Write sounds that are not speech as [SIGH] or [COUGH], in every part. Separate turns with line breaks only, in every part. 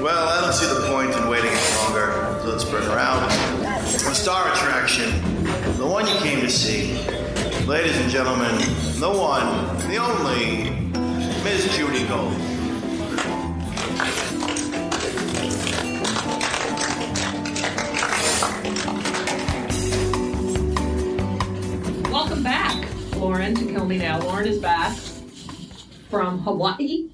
Well, I don't see the point in waiting any longer. So let's bring her out. The star attraction, the one you came to see. Ladies and gentlemen, the one, the only, Miss Judy Gold.
Welcome back, Lauren, to Kill Me Now. Lauren is back from Hawaii.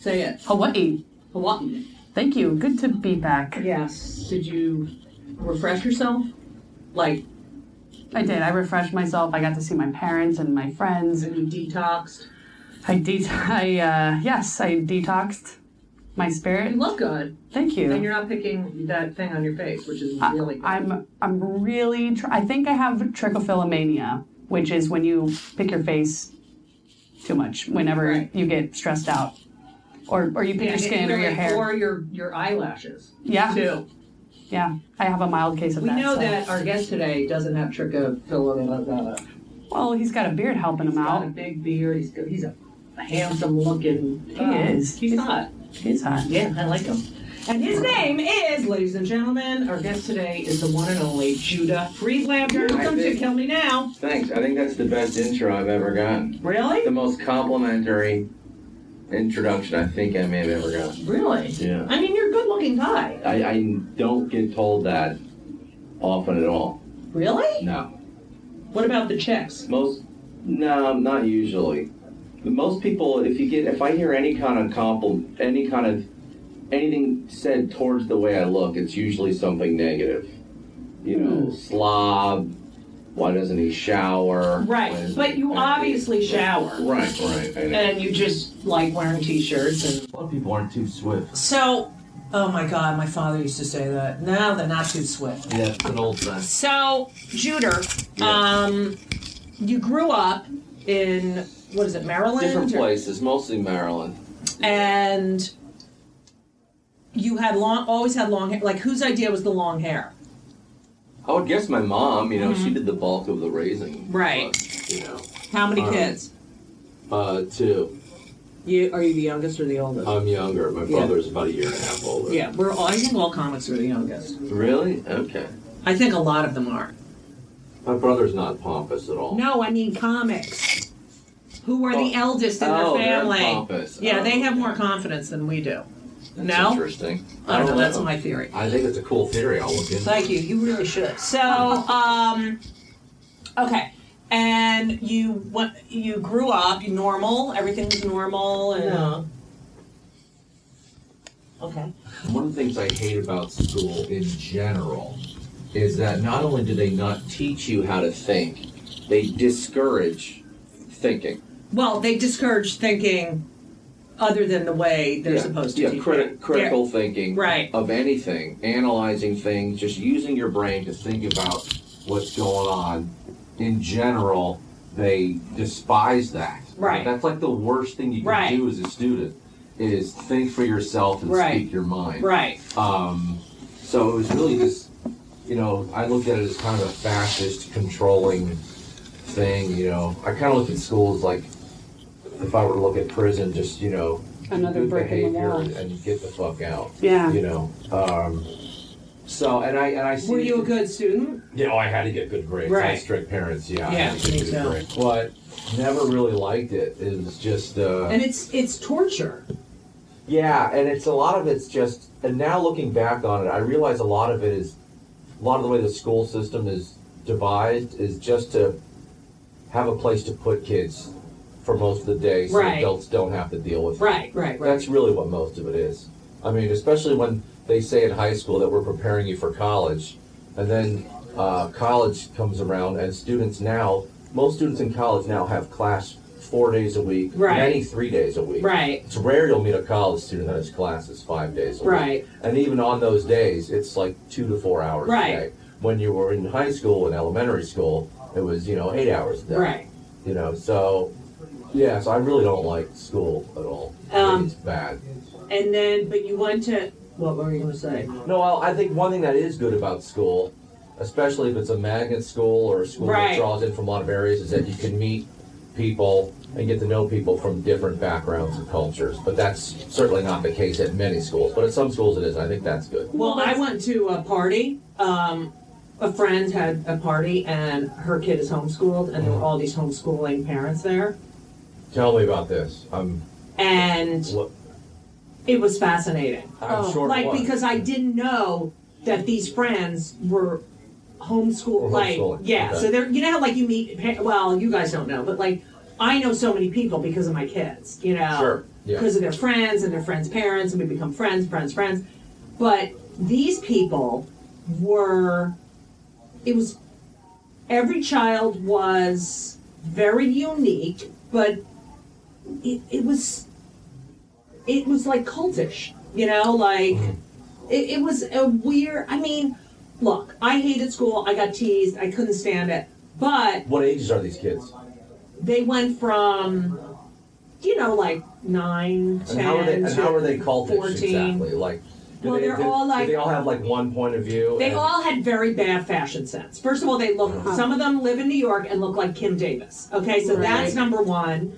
Say it.
Hawaii.
Hawaii.
Thank you. Good to be back.
Yes. Did you refresh yourself? Like,
I did. I refreshed myself. I got to see my parents and my friends.
and you detoxed?
I de- [LAUGHS] I uh, yes, I detoxed my
You
spirit.
look good.
Thank
And
you.
you're not picking that thing on your face, which is really good.
I'm I'm really tr- I think I have trichophilimania, which is when you pick your face too much whenever
Right.
you get stressed out. Or, or you pick your
and
skin or your
really-
hair.
Or your, your eyelashes.
Yeah.
Too.
Yeah, I have a mild case of
We
that.
know
so-
that our guest today doesn't have trichophilia.
Well, he's got a beard helping
uh, He's
him
got a
out.
big beard. He's, got- he's a handsome looking. He
is.
He's hot.
He's hot.
Yeah, I like him. And his name is, ladies and gentlemen, our guest today is the one and only Judah Friedlander.
Hi,
Welcome to
babe.
Kill Me Now.
Thanks. I think that's the best intro I've ever gotten. The
Really?
most complimentary introduction I think I may have ever gotten.
Really?
Yeah.
I mean, you're a good looking guy.
I, I don't get told that often at all.
Really?
No.
What about the chicks?
Most, no, not usually. But most people, if you get, if I hear any kind of compliment, any kind of, anything said towards the way I look, it's usually something negative. You know,
Hmm.
slob. Why doesn't he shower? Why
Right.
doesn't
But
he-
you obviously shower.
Right, right. I know.
And you just like wearing t shirts and.
lot of people aren't too swift.
So, oh my God, my father used to say that. No, they're not too swift.
Yeah, it's an old thing.
So, Judah,
Uh,
Yeah.
um, you grew up in, what is it, Maryland?
Different
or-
places, mostly Maryland.
And you had long, always had long hair. Like, whose idea was the long hair?
I would guess my mom, you know, she did the bulk of the raising.
Mm-hmm. Right.
but, you know,
How many
Um,
kids?
uh, two.
You are you the youngest or the oldest?
I'm younger. My
Yeah.
brother's about a year and a half older.
yeah, we're all. I think all comics are the youngest.
Really? Okay.
I think a lot of them are.
My brother's not pompous at all.
No, I mean comics. Who are the
Oh.
eldest in
Oh,
their
they're
family?
pompous.
Yeah,
Oh,
they have
okay.
more confidence than we do.
That's
no?
Interesting.
I don't know. That's my theory.
I think it's a cool theory. I'll look into.
Thank you. You really should. So, um, okay. And you went, you grew up you normal. Everything was normal. And
No.
Okay.
One of the things I hate about school in general is that not only do they not teach you how to think, they discourage thinking.
Well, they discourage thinking other than the way they're
yeah.
supposed to.
yeah,
teach
criti-
it.
critical thinking
Right.
of anything, analyzing things, just using your brain to think about what's going on. In general, they despise that.
Right.
That's like the worst thing you can
Right.
do as a student is think for yourself and
Right.
speak your mind.
They're- Right.
Um, so it was really just, you know, I looked at it as kind of a fascist controlling thing, you know. I kind of looked at schools like, if I were to look at prison, just, you know,
Another
good
brick in the
behavior
wall.
and, and get the fuck out,
Yeah.
you know. Um, so, and I, and I see.
Were you a good student?
Yeah, oh, I had to get good grades. I
Right.
had strict parents, yeah. I
Yeah,
had to get
me
good
too.
grades. But never really liked it. It was just. Uh,
And it's it's torture.
yeah, and it's a lot of it's just. And now looking back on it, I realize a lot of it is, a lot of the way the school system is devised is just to have a place to put kids for most of the day, so
Right.
adults don't have to deal with. it.
Right. Right. Right.
That's really what most of it is. I mean, especially when they say in high school that we're preparing you for college, and then uh, college comes around, and students now, most students in college now have class four days a week,
Right.
many three days a week.
Right.
It's rare you'll meet a college student that has classes five days a week.
Right.
And even on those days, it's like two to four hours
Right.
a day. When you were in high school and elementary school, it was, you know, eight hours a day.
Right.
You know, so, yeah, so I really don't like school at all. I think
Um,
it's bad.
And then, but you went to. What were you going to say?
No, I, I think one thing that is good about school, especially if it's a magnet school or a school
Right.
that draws in from a lot of areas, is that you can meet people and get to know people from different backgrounds and cultures. But that's certainly not the case at many schools. But at some schools it is, and I think that's good.
Well, I went to a party. Um, a friend had a party, and her kid is homeschooled, and there were all these homeschooling parents there,
Tell me about this. I'm,
and
what-
it was fascinating.
I'm sure it
like
was.
because I didn't know that these friends were homeschool
Were
like
homeschooling,
yeah
okay.
so they're you know how like you meet pa- well you guys don't know but like I know so many people because of my kids you know
Sure. Yeah.
because of their friends and their friends parents and we become friends friends friends but these people were it was every child was very unique but it, it was it was like cultish you know like
Mm-hmm.
it, it was a weird i mean look i hated school i got teased i couldn't stand it but
What ages are these kids?
they went from you know like nine
And
ten
how are they? And
to
how are they cultish
14
exactly? Like, do
Well,
they,
they're
do-
all, like-
do they all have like one point of view?
They
and-
all had very bad fashion sense. First of all, they look. Some of them live in New York and look like Kim Davis. Okay, so that's number one.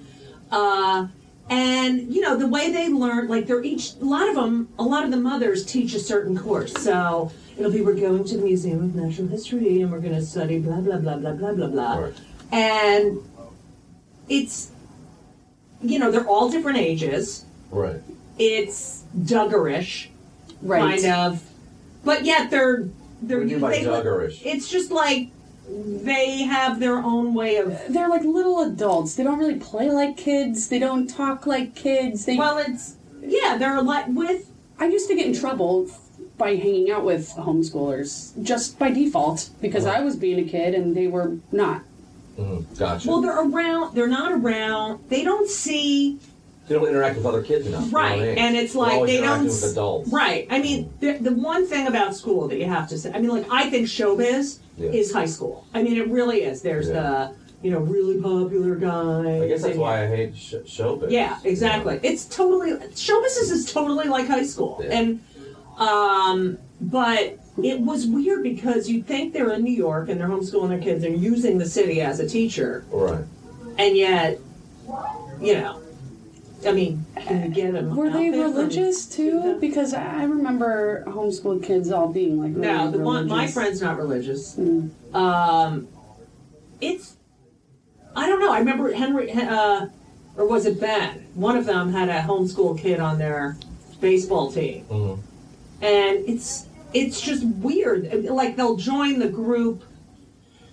Uh, and you know the way they learn, like they're each. A lot of them, a lot of the mothers teach a certain course. So it'll be we're going to the Museum of Natural History and we're going to study blah blah blah blah blah blah blah.
Right.
And it's, you know, they're all different ages.
Right.
It's Duggarish
Right.
kind of. But yet they're they're
What do you mean by
they look-
duggerish?
It's just like they have their own way of.
They're like little adults. They don't really play like kids. They don't talk like kids. They.
Well, it's yeah, they're like with
I used to get in trouble by hanging out with homeschoolers just by default because I was being a kid and they were not.
Mm, gotcha.
well, they're around. They're not around. They don't see
they don't interact with other kids enough. you know what I
right,
mean?
and it's
They're
like
always
they don't
interacting with
s-
adults. Mm.
Right. I mean, the, the one thing about school that you have to say. I mean, like I think showbiz
Yeah.
is high school. I mean, it really is. There's
Yeah.
the you know really popular guy.
I guess that's why I hate sh- showbiz.
Yeah, exactly. It's totally showbiz is, is totally like high school,
Yeah.
and um, but it was weird because you think they're in New York and they're homeschooling their kids and using the city as a teacher,
Right.
and yet, you know, I mean, can you get them?
Were
out
they
there from-
religious too?
Yeah.
Because I remember homeschooled kids all being like, really
No, the one my
religious.
friend's not religious.
Mm.
Um, it's I don't know. I remember Henry uh, or was it Ben? One of them had a homeschool kid on their baseball team.
Mhm.
and it's it's just weird. Like they'll join the group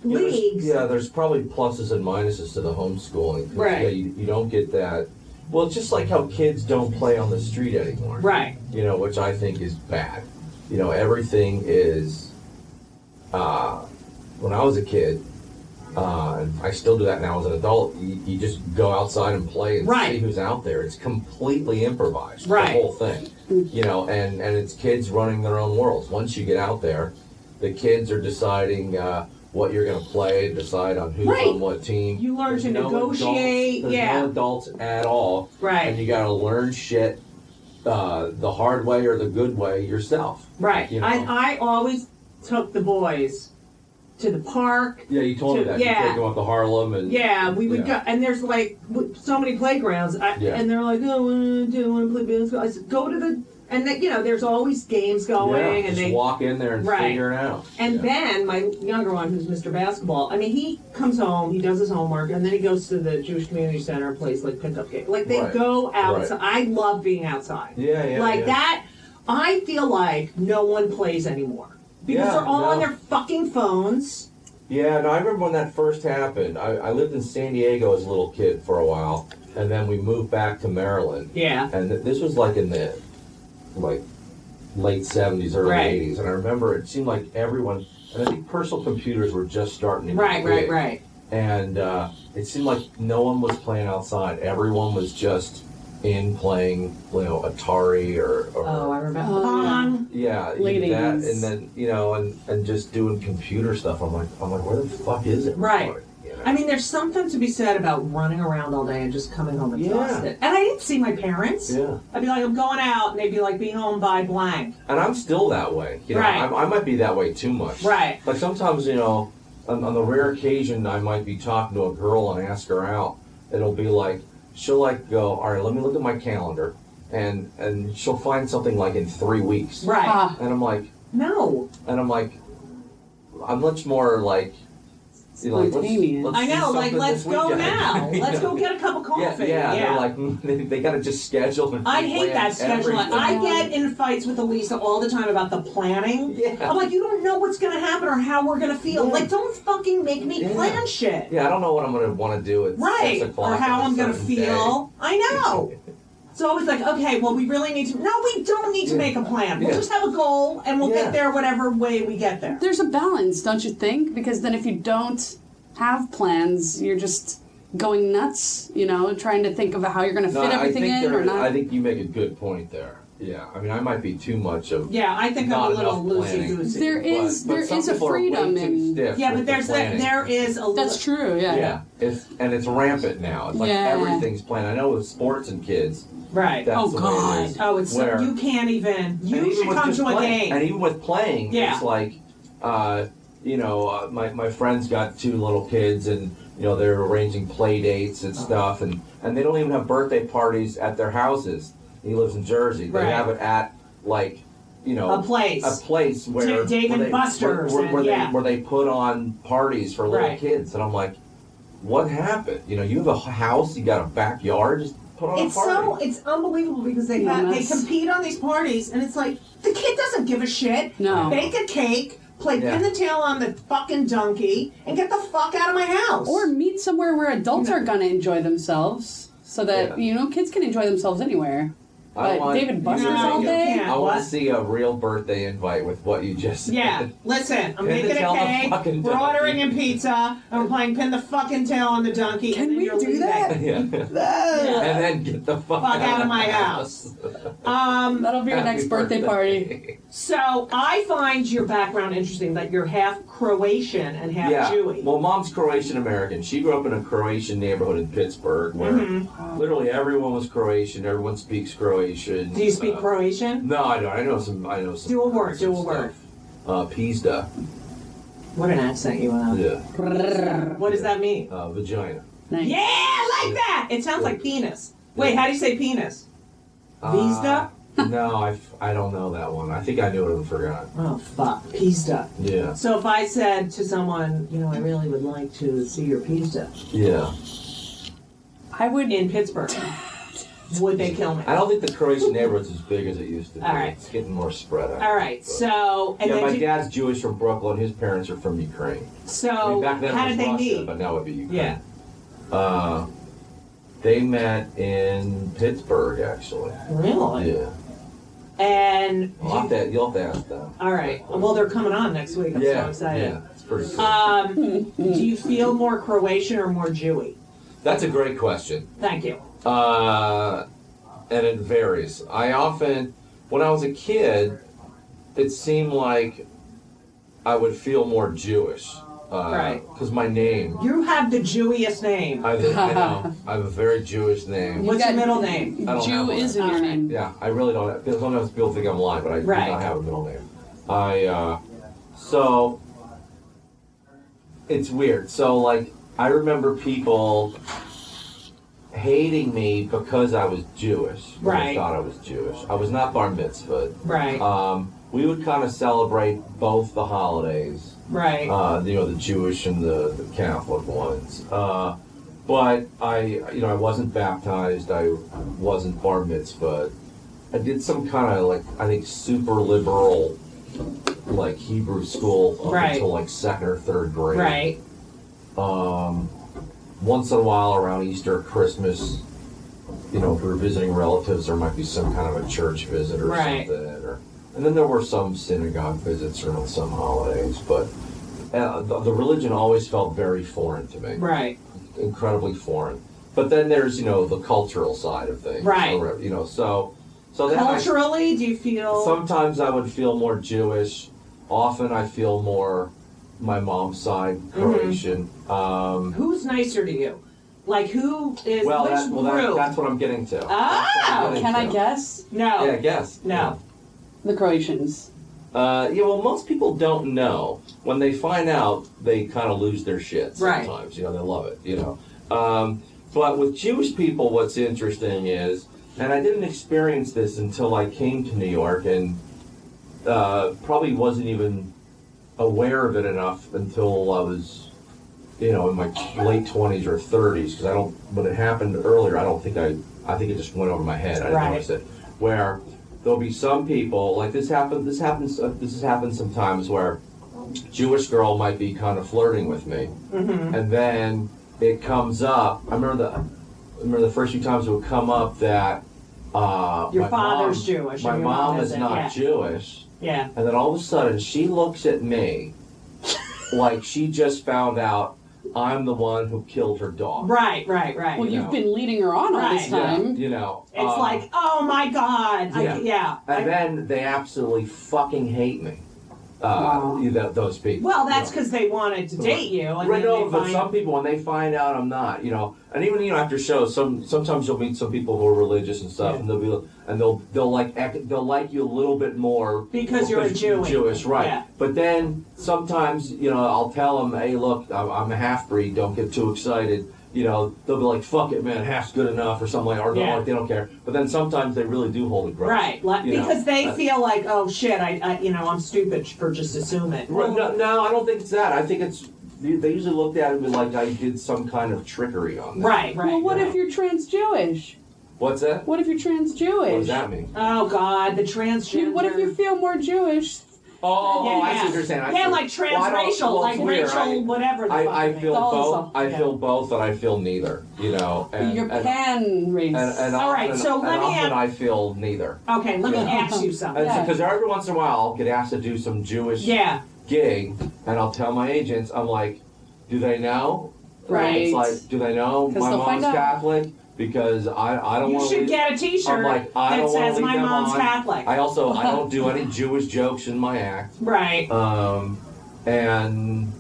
Yeah, there's-
leagues.
Yeah, there's probably pluses and minuses to the homeschooling. 'cause,
Right.
Yeah, you, you don't get that. Well, it's just like how kids don't play on the street anymore.
Right.
You know, which I think is bad. You know, everything is. Uh, when I was a kid, uh, and I still do that now as an adult. You, you just go outside and play and
Right.
see who's out there. It's completely improvised.
Right.
The whole thing. You know, and and it's kids running their own worlds. Once you get out there, the kids are deciding uh, what you're going to play, decide on who's
Right.
on what team.
You learn to negotiate,
Adults, there's
yeah.
no adults at all,
Right.
And you got to learn shit uh, the hard way or the good way yourself.
Right.
You know.
I I always took the boys to the park.
Yeah, you told me
To-
that.
yeah.
You take them up to Harlem and
Yeah, we would
Yeah.
go, and there's like w- so many playgrounds, I,
Yeah.
and they're like, "Oh, what do I do? I want to play basketball." I said, "Go to the," and then you know, there's always games going,
Yeah,
and
just
they
walk in there and
Right.
figure it out.
And
yeah.
Ben, my younger one, who's Mr. Basketball, I mean, he comes home, he does his homework, and then he goes to the Jewish Community Center and plays like pickup game. Like they
Right.
go outside.
Right.
I love being outside.
Yeah, yeah,
like
yeah.
that. I feel like no one plays anymore because
Yeah,
they're all on
no.
their fucking phones.
Yeah, and I remember when that first happened. I, I lived in San Diego as a little kid for a while, and then we moved back to Maryland.
Yeah.
And th- this was like in the like late seventies, early
Right.
eighties, and I remember it seemed like everyone. And I think personal computers were just starting to get
Right. Right.
big.
Right.
And uh, it seemed like no one was playing outside. Everyone was just in playing, you know, Atari or, or
Oh, I remember.
Oh, yeah.
Pong.
yeah, you
Ladies.
did that, and then you know, and and just doing computer stuff. I'm like, I'm like, where the fuck is it?
Right.
You know?
I mean, there's something to be said about running around all day and just coming home
Yeah.
exhausted. And I didn't see my parents.
yeah,
I'd be like, I'm going out, and they'd be like, be home by blank.
and I'm still that way. You know,
Right.
I, I might be that way too much.
Right.
Like sometimes, you know, on, on the rare occasion, I might be talking to a girl and ask her out, it'll be like she'll like go, all right, let me look at my calendar, and and she'll find something like in three weeks,
Right.
Ah,
and I'm like,
No.
and I'm like, I'm much more like, you know, like let's,
Spontaneous.
let's
I
do
know, like,
something
let's
this
go
weekend. [LAUGHS]
now.
You
Let's
know?
go get a cup of
Yeah,
coffee.
yeah, They're like [LAUGHS] mm, they, they gotta just schedule. And
I hate
plan
that scheduling.
everything.
I get in fights with Elisa all the time about the planning.
Yeah.
I'm like, you don't know what's gonna happen or how we're gonna feel.
Yeah.
Like, don't fucking make me
Yeah.
plan shit.
Yeah, I don't know what I'm gonna want to do at
Right.
six o'clock
Or how
on a
I'm gonna
certain day.
feel. I
[LAUGHS]
know. It's always like, okay, well, we really need to. No, we don't need to
Yeah.
make a plan. We'll
Yeah.
just have a goal and we'll
Yeah.
get there whatever way we get there.
There's a balance, don't you think? Because then if you don't have plans, you're just going nuts, you know, trying to think of how you're going to
No,
fit
I
everything
think
in
there-
or not.
I think you make a good point there. Yeah, I mean, I might be too much of.
Yeah, I think
Not
I'm a little
enough planning.
loosey goosey.
there is
but, but
there
some
is a
people are way
freedom
too
in
stiff
yeah,
with
but there's
the
that.
planning.
There is a.
That's
little-
true, yeah.
Yeah, it's and it's rampant now. It's like
Yeah.
everything's planned. I know with sports and kids,
Right.
that's
Oh,
the way
God.
it is.
Oh, it's
Where-
you can't even. You
and even
should
with
come
just
to a
playing-
game.
And even with playing,
Yeah.
it's like, uh, you know, uh, my, my friend's got two little kids and, you know, they're arranging play dates and
Uh-huh.
stuff. And, and they don't even have birthday parties at their houses. He lives in Jersey. They
Right.
have it at, like, you know,
A place.
a place where
To Dave
where
and
they,
Buster's
where, where,
and-
where
yeah.
they where they put on parties for little
Right.
kids, and I'm like, what happened? You know, you have a house, you got a backyard, just put on
It's
a party.
so it's unbelievable because they
Yeah,
have, they
that's-
compete on these parties and it's like the kid doesn't give a shit.
No.
Bake a cake, play
Yeah.
pin the tail on the fucking donkey, and get the fuck out of my house.
Or meet somewhere where adults are going to enjoy themselves so that,
Yeah.
you know, kids can enjoy themselves anywhere.
I
But
want-
David
you
Buster's
know,
all
you
day?
I want
What?
to see a real birthday invite with what you just said.
yeah, listen, I'm
Pin the
making
tail
a
on the
cake.
fucking
We're
donkey.
ordering in pizza. and we're playing pin the fucking tail on the donkey.
Can
and then
we
you're
do
leaving.
that?
[LAUGHS] yeah. And then get the fuck,
Fuck out of my house. Um,
That'll be your
Happy
next birthday, party.
[LAUGHS]
so I find your background interesting that you're half Croatian and half
yeah.
Jewish.
Well, mom's Croatian American. She grew up in a Croatian neighborhood in Pittsburgh where
Mm-hmm.
literally everyone was Croatian. Everyone speaks Croatian.
do you speak
Uh,
Croatian?
No, I don't. I know some. I know some.
Do a word,
some
do a word.
stuff. Uh, pizda.
What an accent you have.
Yeah.
What does that mean?
Uh, vagina.
Nice.
Yeah, I like that. It sounds like penis. Wait, how do you say penis?
Uh, no, I, f- I don't know that one. I think I knew it and forgot.
Oh fuck, pizda.
Yeah.
So if I said to someone, you know, I really would like to see your pizza
Yeah.
I would.
in Pittsburgh, would they kill me?
I don't think the Croatian neighborhood's as big as it used to be.
All right.
It's getting more spread out.
All right. So and
yeah,
then
my
you-
dad's Jewish from Brooklyn. His parents are from Ukraine. I mean,
so
back then
Oh, how
it was
did they
Russia,
meet?
but now it'd be Ukraine.
Yeah.
Uh, they met in Pittsburgh, actually.
Really?
Yeah.
And
You'll have to, you'll have to ask them.
all right. Well, they're coming on next week. I'm
yeah.
so excited.
yeah. It's pretty cool.
Um, do you feel more Croatian or more Jewy?
That's a great question.
Thank you.
uh, and it varies. I often, when I was a kid, it seemed like I would feel more Jewish, uh,
Right.
Because my name,
You have the Jewiest name.
I have, a- I know, I have a very Jewish name.
What's your
got-
middle name?
I don't have
Jew
one.
is in your name.
Yeah, I really don't. because Sometimes people think I'm lying, but I
Right.
do not have a middle name. I uh, so it's weird. So like I remember people hating me because I was Jewish. when
Right.
They thought I was Jewish. I was not bar mitzvah.
Right.
Um, we would kind of celebrate both the holidays
right.
uh, you know, the Jewish and the, the Catholic ones. Uh, but I, you know, I wasn't baptized. I wasn't bar mitzvah. I did some kind of like I think super liberal, like Hebrew school up
Right.
until like second or third grade.
right.
Um, once in a while around Easter, or Christmas, you know, if we were visiting relatives, there might be some kind of a church visit or
Right.
something. Or, and then there were some synagogue visits around some holidays, but uh, the, the religion always felt very foreign to me,
Right.
incredibly foreign. But then there's you know the cultural side of things,
Right.
Or, You know, so so that I-
Culturally, do you feel
Sometimes I would feel more Jewish. Often I feel more my mom's side
Mm-hmm.
Croatian. Um,
who's nicer to you? Like who is
well,
which
that, well that,
group?
that's what I'm getting to.
Oh,
That's what I'm getting
Can I
to.
guess?
no,
Yeah, guess.
no.
The Croatians.
Uh, yeah, well, most people don't know. When they find out, they kind of lose their shit
Right.
sometimes. You know, they love it, you know. Um, But with Jewish people, what's interesting is, and I didn't experience this until I came to New York, and uh, probably wasn't even aware of it enough until I was, you know, in my late twenties or thirties. Because I don't, when it happened earlier, I don't think I, I think it just went over my head. I didn't
Right.
notice it. Where there'll be some people like this happened. This happens. Uh, this has happened sometimes where Jewish girl might be kind of flirting with me,
Mm-hmm.
and then it comes up. I remember the, I remember the first few times it would come up that. Uh,
Your
my
father's
mom-
Jewish or
My
your
mom
mom
is
isn't,
not
yeah.
Jewish.
Yeah.
And then all of a sudden, she looks at
[LAUGHS]
me like she just found out I'm the one who killed her dog.
Right, right, right.
Well,
you
you've
know.
been leading her on all this
Right.
Yeah,
time.
you know.
it's
um,
like, oh my God.
yeah.
I, yeah.
And
I-
then they absolutely fucking hate me. Uh,
Wow.
you know, those people.
well, that's
you know.
because they wanted to date you. And
Right,
then
no,
they
but
find-
some people when they find out I'm not, you know, and even you know after shows, some sometimes you'll meet some people who are religious and stuff, and they'll be and they'll they'll like act- they'll like you a little bit more
Because you're a Jew.
Jewish, right?
Yeah.
But then sometimes you know I'll tell them, hey, look, I'm, I'm a half breed. Don't get too excited. You know, they'll be like, fuck it, man, half's good enough or something like, or they'll
Yeah.
like they don't care. But then sometimes they really do hold a grudge,
Right, like,
you know.
because they
Uh,
feel like, oh shit, I, I, you know, I'm stupid for just assuming. it.
Right, no, no, I don't think it's that. I think it's they they usually looked at it and be like, I did some kind of trickery on that.
right,
Well,
right.
what if you're trans Jewish?
What's that?
What if you're trans
What
Jewish?
does that mean?
Oh God, the transgender.
Dude, what if you feel more Jewish?
Oh,
Yeah,
oh, I see
yeah.
what you're saying. I
yeah,
see.
like
Well, I don't-
transracial,
well,
like
it's weird.
racial, whatever. The
I,
fuck
I, I
it
feel
is.
It's all
both.
so-
I
yeah.
feel both, and I feel neither. You know, and
you're
and,
pan race.
and, and
All right,
often-
so let
and
me
often
ask-
I feel neither.
Okay, let me
Yeah.
ask you something.
Yeah.
Because every once in a while, I'll get asked to do some Jewish
Yeah,
gig, and I'll tell my agents, I'm like, do they know?
Right.
It's like, do they know
'Cause
my
they'll
mom's
find out.
Catholic? Because I, I don't
you
want to.
should get a T-shirt
I'm like,
that
I don't wanna
says
lead
"My
them
mom's
on.
Catholic."
I also I don't
[LAUGHS]
do any Jewish jokes in my act.
right.
Um, and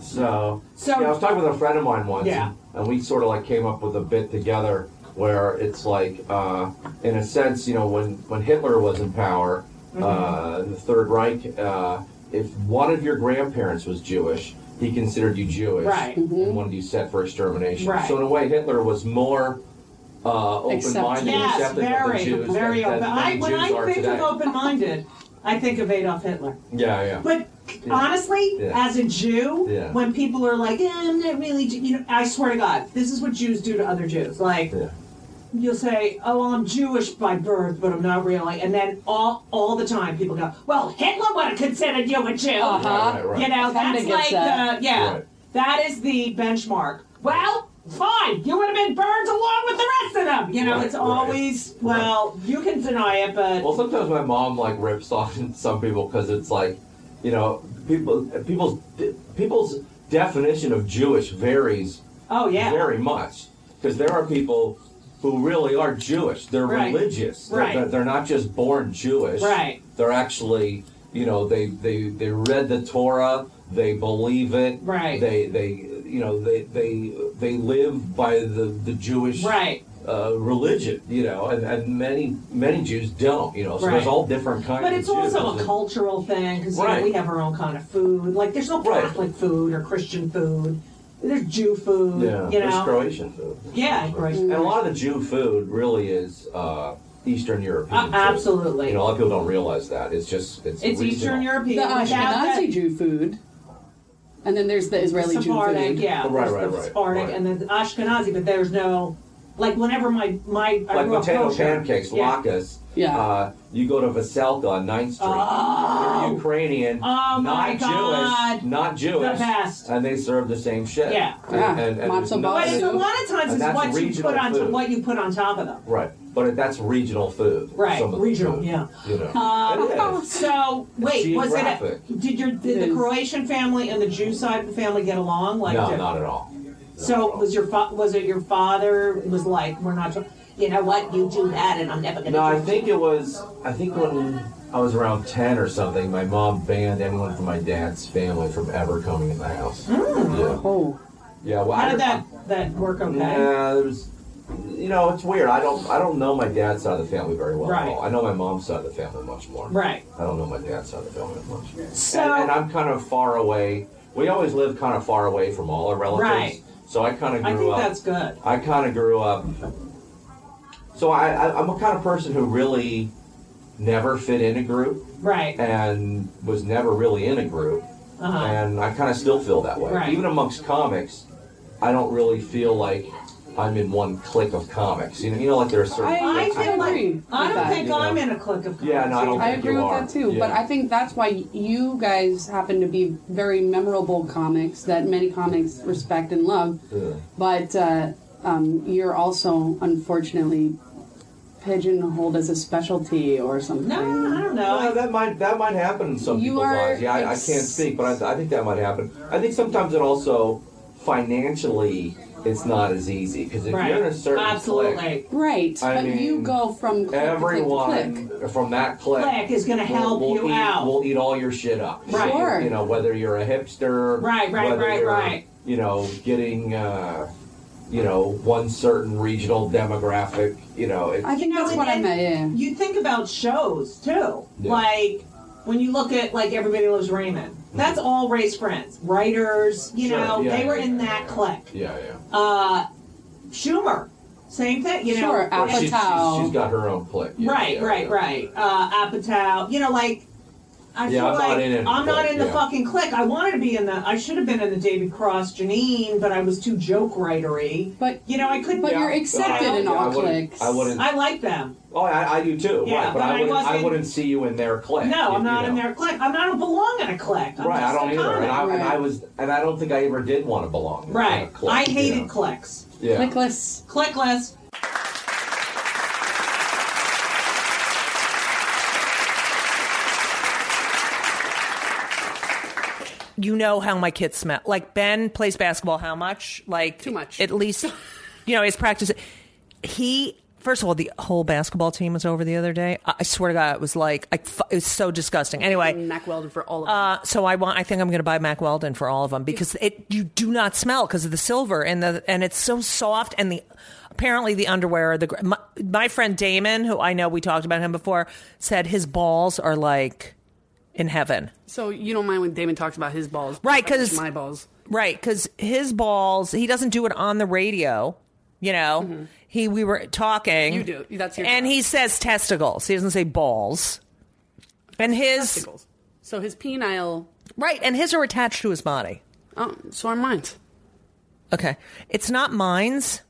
so,
So-
yeah, I was talking with a friend of mine once,
Yeah.
and we sort of like came up with a bit together where it's like, uh, in a sense, you know, when when Hitler was in power,
Mm-hmm.
uh, the Third Reich, uh, if one of your grandparents was Jewish, he considered you Jewish,
Right.
and wanted you set for extermination.
Right.
So in a way, Hitler was more. Uh, open-minded, and
yes,
accepting of
very,
the Jews
very
than,
open.
than
I, when
Jews
I
are
think
today.
of open-minded, I think of Adolf Hitler.
yeah, yeah.
But
Yeah.
honestly,
Yeah.
as a Jew,
Yeah.
when people are like, eh, "I'm not really," Jew," you know, I swear to God, this is what Jews do to other Jews. Like,
Yeah.
you'll say, "Oh, I'm Jewish by birth, but I'm not really," and then all all the time people go, "Well, Hitler would have considered you a Jew."
Uh-huh.
Right, right, right.
You know,
Kinda
that's
gets
like,
that.
uh, yeah,
Right.
that is the benchmark. Well, fine, you would have been burned along with the rest of them. You know,
Right,
it's
right.
always well, you can deny it, but
Well, sometimes my mom like rips [LAUGHS] off some people because it's like, you know, people people's people's definition of Jewish varies
oh yeah,
very much because there are people who really are Jewish. They're
Right.
religious. They're-
Right.
They're, they're not just born Jewish.
Right.
They're actually, you know, they they they read the Torah. They believe it.
Right.
They they you know they they they live by the the Jewish
right.
uh, religion, you know, and, and many many Jews don't, you know. So
Right.
there's all different kinds.
But it's
of
also
Jews.
a cultural thing because
Right.
we have our own kind of food. Like, there's no
Right.
Catholic food or Christian food. There's Jew food.
Yeah,
you
there's
know.
Croatian food.
Yeah, Croatian
and a lot of the Jew food really is uh, Eastern European.
Uh,
food.
absolutely.
you know, a lot of people don't realize that. It's just it's
it's Eastern
regional.
European.
the
without that-
Ashkenazi Jew food. And then there's the Israeli Jew
Sephardic,
food.
yeah.
Oh, right,
there's
right,
the
right,
Sephardic
right.
and then the Ashkenazi, but there's no like whenever my my I
Like
grew up
potato
kosher.
pancakes,
yeah.
latkes.
Yeah.
Uh, you go to Veselka on 9th Street.
Oh.
They're Ukrainian,
Oh,
not
my God.
Jewish, not Jewish,
best.
and they serve the same shit.
Yeah.
and,
Yeah.
and, and
Matzo
there's
ball
But
nothing-
it's a lot of times
And
it's
that's
what you
regional
put on to
food.
what you put on top of them.
Right, but that's regional food.
Right,
some of the
regional,
food,
yeah.
You know,
Um,
It is.
so wait, was it? A,
geographic.
did your did
It
the
is.
Croatian family and the Jew side of the family get along? Like,
no,
did-
not at all.
so was your fa- was it your father was like, we're not, you know what, you do that, and I'm never gonna.
No,
do
I
it."
think it was. I think when I was around ten or something, my mom banned anyone from my dad's family from ever coming in the house. Yeah,
Oh.
yeah. Well,
Hmm. How
I,
did that that work? Okay.
Nah, there was. You know, it's weird. I don't. I don't know my dad's side of the family very well at
Right.
all. I know my mom's side of the family much more.
Right.
I don't know my dad's side of the family much.
So
and, and I'm kind of far away. We always live kind of far away from all our relatives.
Right.
So I kind of
I
grew
think
up.
that's good.
I kind of grew up. So I, I, I'm a kind of person who really never fit in a group
Right.
and was never really in a group,
Uh-huh.
and I kind of still feel that way.
Right.
Even amongst comics, I don't really feel like I'm in one clique of comics. You know, you know like there are certain.
I,
I
cliques.
I
feel like-
agree. with
I don't
that.
think
you know.
I'm in a clique of
Yeah, no, I don't
I
think
agree
you
with
are.
that too,
Yeah.
but I think that's why you guys happen to be very memorable comics that many comics respect and love.
Yeah.
But uh, um, you're also unfortunately pigeonholed as a specialty or something.
No, I don't know.
Well, that might that might happen in some
You
people's
are
lives. Yeah, I, I
ex-
can't speak, but I, I think that might happen. I think sometimes it also financially it's not as easy because if
Right.
you're in a certain clique,
Absolutely.
Right,
I
but you
mean,
go from click to click to click.
everyone from that clique
Clique is going to
will-
help
will
you
eat,
out.
Will eat all your shit up.
Right.
Sure.
You know whether you're a hipster.
Right, right,
whether
right,
you're,
right.
You know, getting. Uh, you know, one certain regional demographic. You know, it,
I think
You know,
that's what I
and-
meant. Yeah.
you think about shows too.
Yeah.
Like when you look at like Everybody Loves Raymond, that's all Ray's friends, writers. You
Mm-hmm. Sure,
know,
yeah,
they were
yeah,
in
yeah,
that
yeah.
clique.
yeah, yeah.
Uh, Schumer, same thing. You know,
Sure,
Or she's- she's-
Apatow.
she's got her own clique. Yeah,
right,
yeah,
right,
yeah.
right. Uh, Apatow. You know, like. I
Yeah,
feel
I'm not
like
in it,
I'm not
but,
in the
yeah.
fucking clique. I wanted to be in the. I should have been in the David Cross Janine, but I was too joke writery.
But
You know, I couldn't.
But you're
I-
accepted in
Yeah, I
all
wouldn't-
clicks.
I wouldn't.
I like them.
Oh, I, I do too.
Yeah,
right, but,
but
I,
I
wouldn't, I
wasn't-
wouldn't see you in their clique.
No,
you-
I'm
you
not in
know.
their clique. I'm not I don't belong in a clique. I'm
Right,
just
I don't
a
either.
comic.
And I, and I
Right.
was, and I don't think I ever did want to belong. in a
Right.
clique,
I
you
hated
know.
cliques.
Yeah.
clickless.
Clickless.
you know how my kids smell. Like Ben plays basketball how much? Like
Too much.
At least you know, he's practicing. He first of all, the whole basketball team was over the other day. I I swear to God, it was like I, fu- it was so disgusting. Anyway,
Mac Weldon for all of
uh, so I want. I think I'm going to buy Mac Weldon for all of them because it you do not smell because of the silver and the and it's so soft and the apparently the underwear. The gr- my, my friend Damon, who I know we talked about him before, said his balls are like in heaven.
So you don't mind when Damon talks about his balls,
Right,
but
'cause-
my balls.
Right, because his balls, he doesn't do it on the radio. You know, he we were talking.
Mm-hmm. You do. That's your
and
job.
he says testicles. He doesn't say balls. And his
Testicles. So his penile.
right, and his are attached to his body.
Oh, so are mine.
Okay, it's not mine's.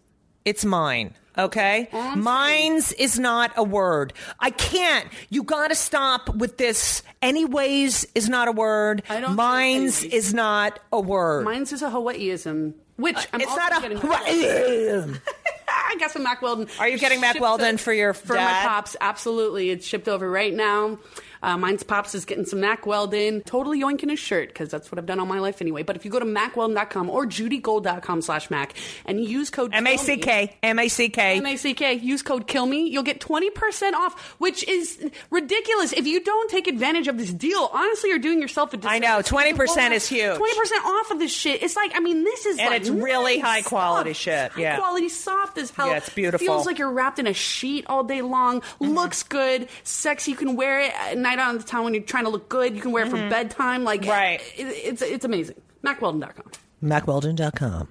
It's mine. Okay,
Oh, I'm
mine's is not a word. I can't. You got to stop with this. Anyways is not a word.
I don't think
mine's
anyways-
is not a word.
Mine's is a Hawaiiism, which I'm
Uh, it's
also
not
getting.
a. [LAUGHS] Right.
[LAUGHS] I got some Mac Weldon.
Are you getting Mac
Shipped
Weldon
to-
for your
for
dad?
my pops? Absolutely, it's shipped over right now. Uh, mine's pops is getting some Mac Weldon, totally yoinking his shirt because that's what I've done all my life anyway. But if you go to MacWeldon.com or JudyGold.com/slash/Mac and use code
M A C K. M A C K.
M A C K. Use code Kill Me. You'll get twenty percent off, which is ridiculous. If you don't take advantage of this deal, honestly, you're doing yourself a disservice.
I know. 20% is huge.
Twenty percent off of this shit. It's like I mean, this is
And
like
it's really
nice
high quality
stuff.
shit,
It's high
yeah.
quality soft as hell.
Yeah, it's beautiful. Mm-hmm.
Feels like you're wrapped in a sheet all day long. Looks good. Sexy. You can wear it at night out on the town when you're trying to look good. You can wear it for bedtime. Like
Mm-hmm. Right.
it- it's it's amazing. MacWeldon.com.
MacWeldon.com.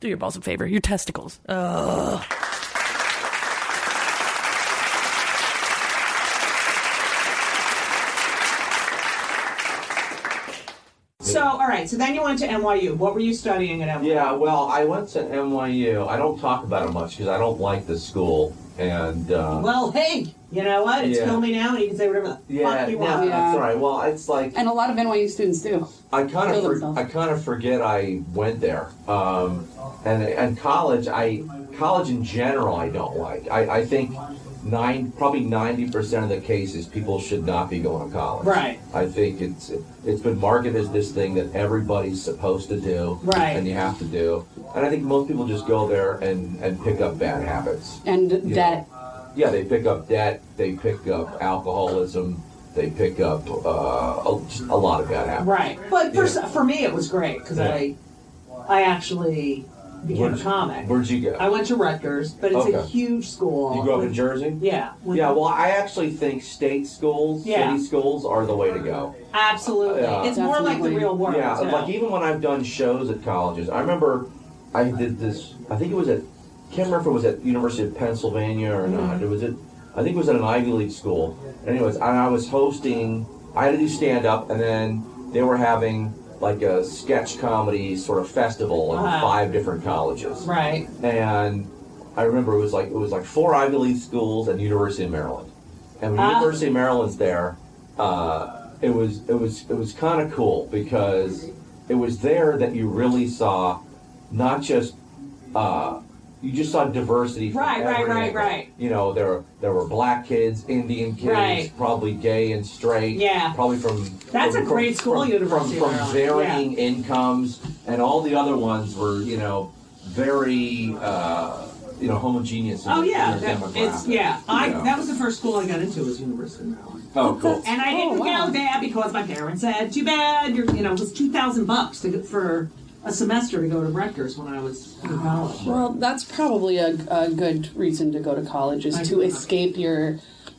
Do your balls a favor. Your testicles.
So, all right. So then you went to NYU. What were you studying at NYU?
Yeah, well, I went to NYU. I don't talk about it much because I don't like the school. And uh,
Well, hey, you know what? It's
Yeah.
kill me now, and you can say whatever the
yeah,
fuck you
no,
want.
Yeah.
that's all right. Well, it's like
And a lot of NYU students do.
I kind
Kill
of
themselves.
for, I kind of forget I went there. Um, and and college, I college in general, I don't like. I, I think nine probably ninety percent of the cases, people should not be going to college.
Right.
I think it's it's been marketed as this thing that everybody's supposed to do,
Right.
And you have to do. And I think most people just go there and and pick up bad habits.
And
you
that
know. yeah, they pick up debt, they pick up alcoholism, they pick up uh, a, just a lot of bad habits.
Right. But for,
Yeah.
for me, it was great because
Yeah.
I, I actually became
Where'd
a
you-
comic.
Where'd you go?
I went to Rutgers, but it's a
Okay.
huge school.
you grew up in
with-
Jersey?
Yeah. with-
Yeah, well, I actually think state schools,
Yeah.
city schools are the way to go.
absolutely.
Yeah.
it's more like the
Definitely.
real world.
Yeah,
you know?
like even when I've done shows at colleges, I remember I did this. I think it was at. Can't remember if it was at University of Pennsylvania or
Mm-hmm.
not. It was at. I think it was at an Ivy League school. Anyways, and I was hosting. I had to do stand up, and then they were having like a sketch comedy sort of festival in five different colleges.
Uh-huh. Right.
And I remember it was like it was like four Ivy League schools and University of Maryland. And
Ah.
when University of Maryland's there, uh, it was it was it was kind of cool because it was there that you really saw not just uh, you just saw diversity. From
Right, right,
every
right,
angle.
right.
You know there were- there were black kids, Indian kids,
Right.
probably gay and straight.
Yeah.
probably from
That's
from-
a great
from-
school,
from-
University of
from,
Maryland.
varying incomes, and all the other ones were you know very uh, you know homogeneous. in
Oh
their-
yeah,
in their
that, it's
demographic.
yeah. I
Yeah.
that was the first school I got into was University of Maryland,
Oh, cool.
and I didn't go there because my parents said, "Too bad, you're, you know, it was two thousand bucks to go, for a semester to go to Rutgers when I was in college."
Well, that's probably a, a good reason to go to college is
I
to
do.
escape your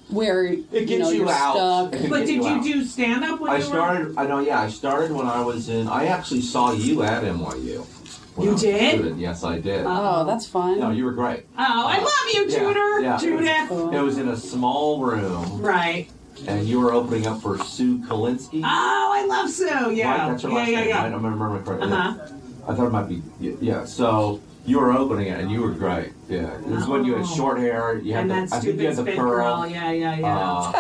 where
It
you
gets
know
you
are
out.
stuck.
It
But
gets
did you
out.
do stand up when
I
you were-
started. I know. Yeah, I started when I was in. I actually saw you at NYU. when
You
I was a
did?
student. Yes, I did.
Oh, that's fun.
no, you were great.
Oh, I love you,
Uh, Yeah,
Tudor,
yeah.
Judith.
It was in a small room,
Right.
and you were opening up for Sue Kalinsky.
Oh, I love Sue.
Right?
Yeah.
That's her
yeah,
last
yeah,
name.
yeah.
right? I don't remember my correct.
Uh-huh.
I thought it might be. Yeah, yeah. So you were opening it, and you were great. Yeah. This is when you had
Oh.
short hair. You had
And
the,
that
I think
stupid
you had the
spit
pearl.
girl. Yeah, yeah, yeah.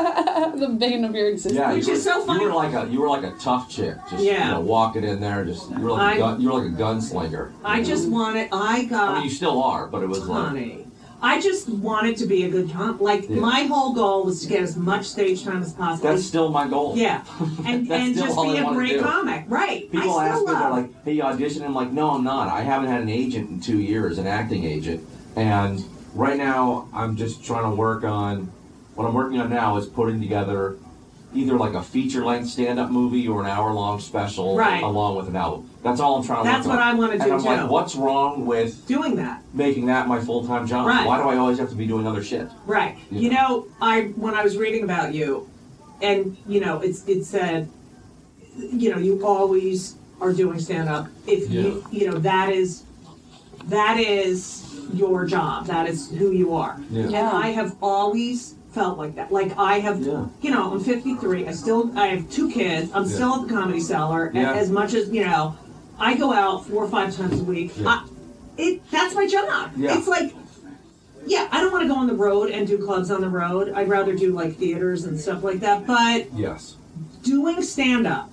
Uh,
the bane of your existence.
Yeah,
Which
you
is
were,
so funny.
You were like a you were like a tough chick, just
Yeah.
you know, walking in there, just you were like
I-
a gun, you were like a gunslinger.
I just wanted. I got.
I mean, Oh, you still are, but it was like
honey. I just wanted to be a good comp. Like
Yeah.
my whole goal was to get as much stage time as possible.
that's still my goal. [LAUGHS]
yeah, and
That's
and
still
just
all
be
I
a
wanna
great
do.
comic, right? I
People
still
ask me,
love.
they're like, "Hey, you auditioning?" I'm like, "No, I'm not. I haven't had an agent in two years, an acting agent, and right now I'm just trying to work on what I'm working on now is putting together either like a feature length stand up movie or an hour long special
Right.
along with an album. That's all I'm trying to.
That's
work
what
on.
I wanna
And
do,
I'm like,
too.
what's wrong with
doing that,
making that my full time job.
Right.
Why do I always have to be doing other shit?
right?
Yeah.
You know, I when I was reading about you, and you know, it's it said, you know, you always are doing stand up. If you you know that is that is your job. That is who you are.
Yeah.
And I have always felt like that. Like I have,
Yeah.
you know, I'm 53. I still, I have two kids. I'm still at the comedy cellar.
Yeah.
And as much as you know, I go out four or five times a week.
Yeah.
I, it that's my job.
Yeah.
It's like, yeah, I don't want to go on the road and do clubs on the road. I'd rather do like theaters and stuff like that. But
Yes.
doing stand up.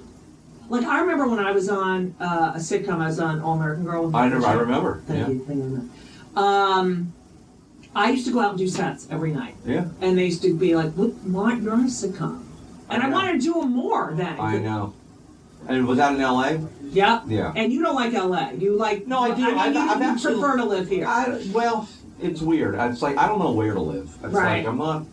Like I remember when I was on uh, a sitcom, I was on All American Girl. with
I,
Michael
know- I
Shannon.
remember.
Thank
yeah.
you. Thank you. Um, I used to go out and do sets every night,
Yeah.
and they used to be like, "What? Why you're on a sitcom?" And
I
I,
know.
wanted to do them more then.
I know. And was that in L.A.?
Yep.
Yeah.
And you don't like LA. You like
No, I do.
I mean,
I've-
you
I've
you
actually-
prefer to live here.
I, well, it's weird. It's like I don't know where to live. It's
Right.
like I'm not.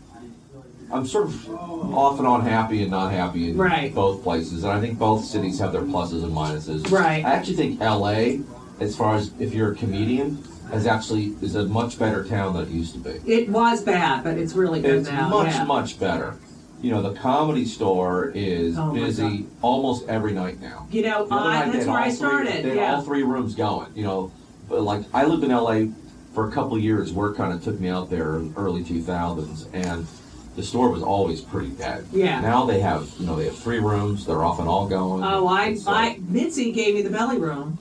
I'm sort of off and on happy and not happy in
Right.
both places, and I think both cities have their pluses and minuses.
Right.
I actually think L.A., as far as if you're a comedian, is actually is a much better town than it used to be.
it was bad, but it's really good
It's
now.
much,
yeah.
much better. You know, the comedy store is
Oh my
busy
God.
almost every night now.
You know,
The other
I,
night they
that's
had
where
all
I
three-
started.
They had
yeah.
all three rooms going. You know, but like I lived in LA for a couple of years. Work kind of took me out there in early 2000s, and the store was always pretty dead.
Yeah.
Now they have, you know, they have three rooms. They're often all going.
oh, I,
It's like-
I Mitzi gave me the belly room,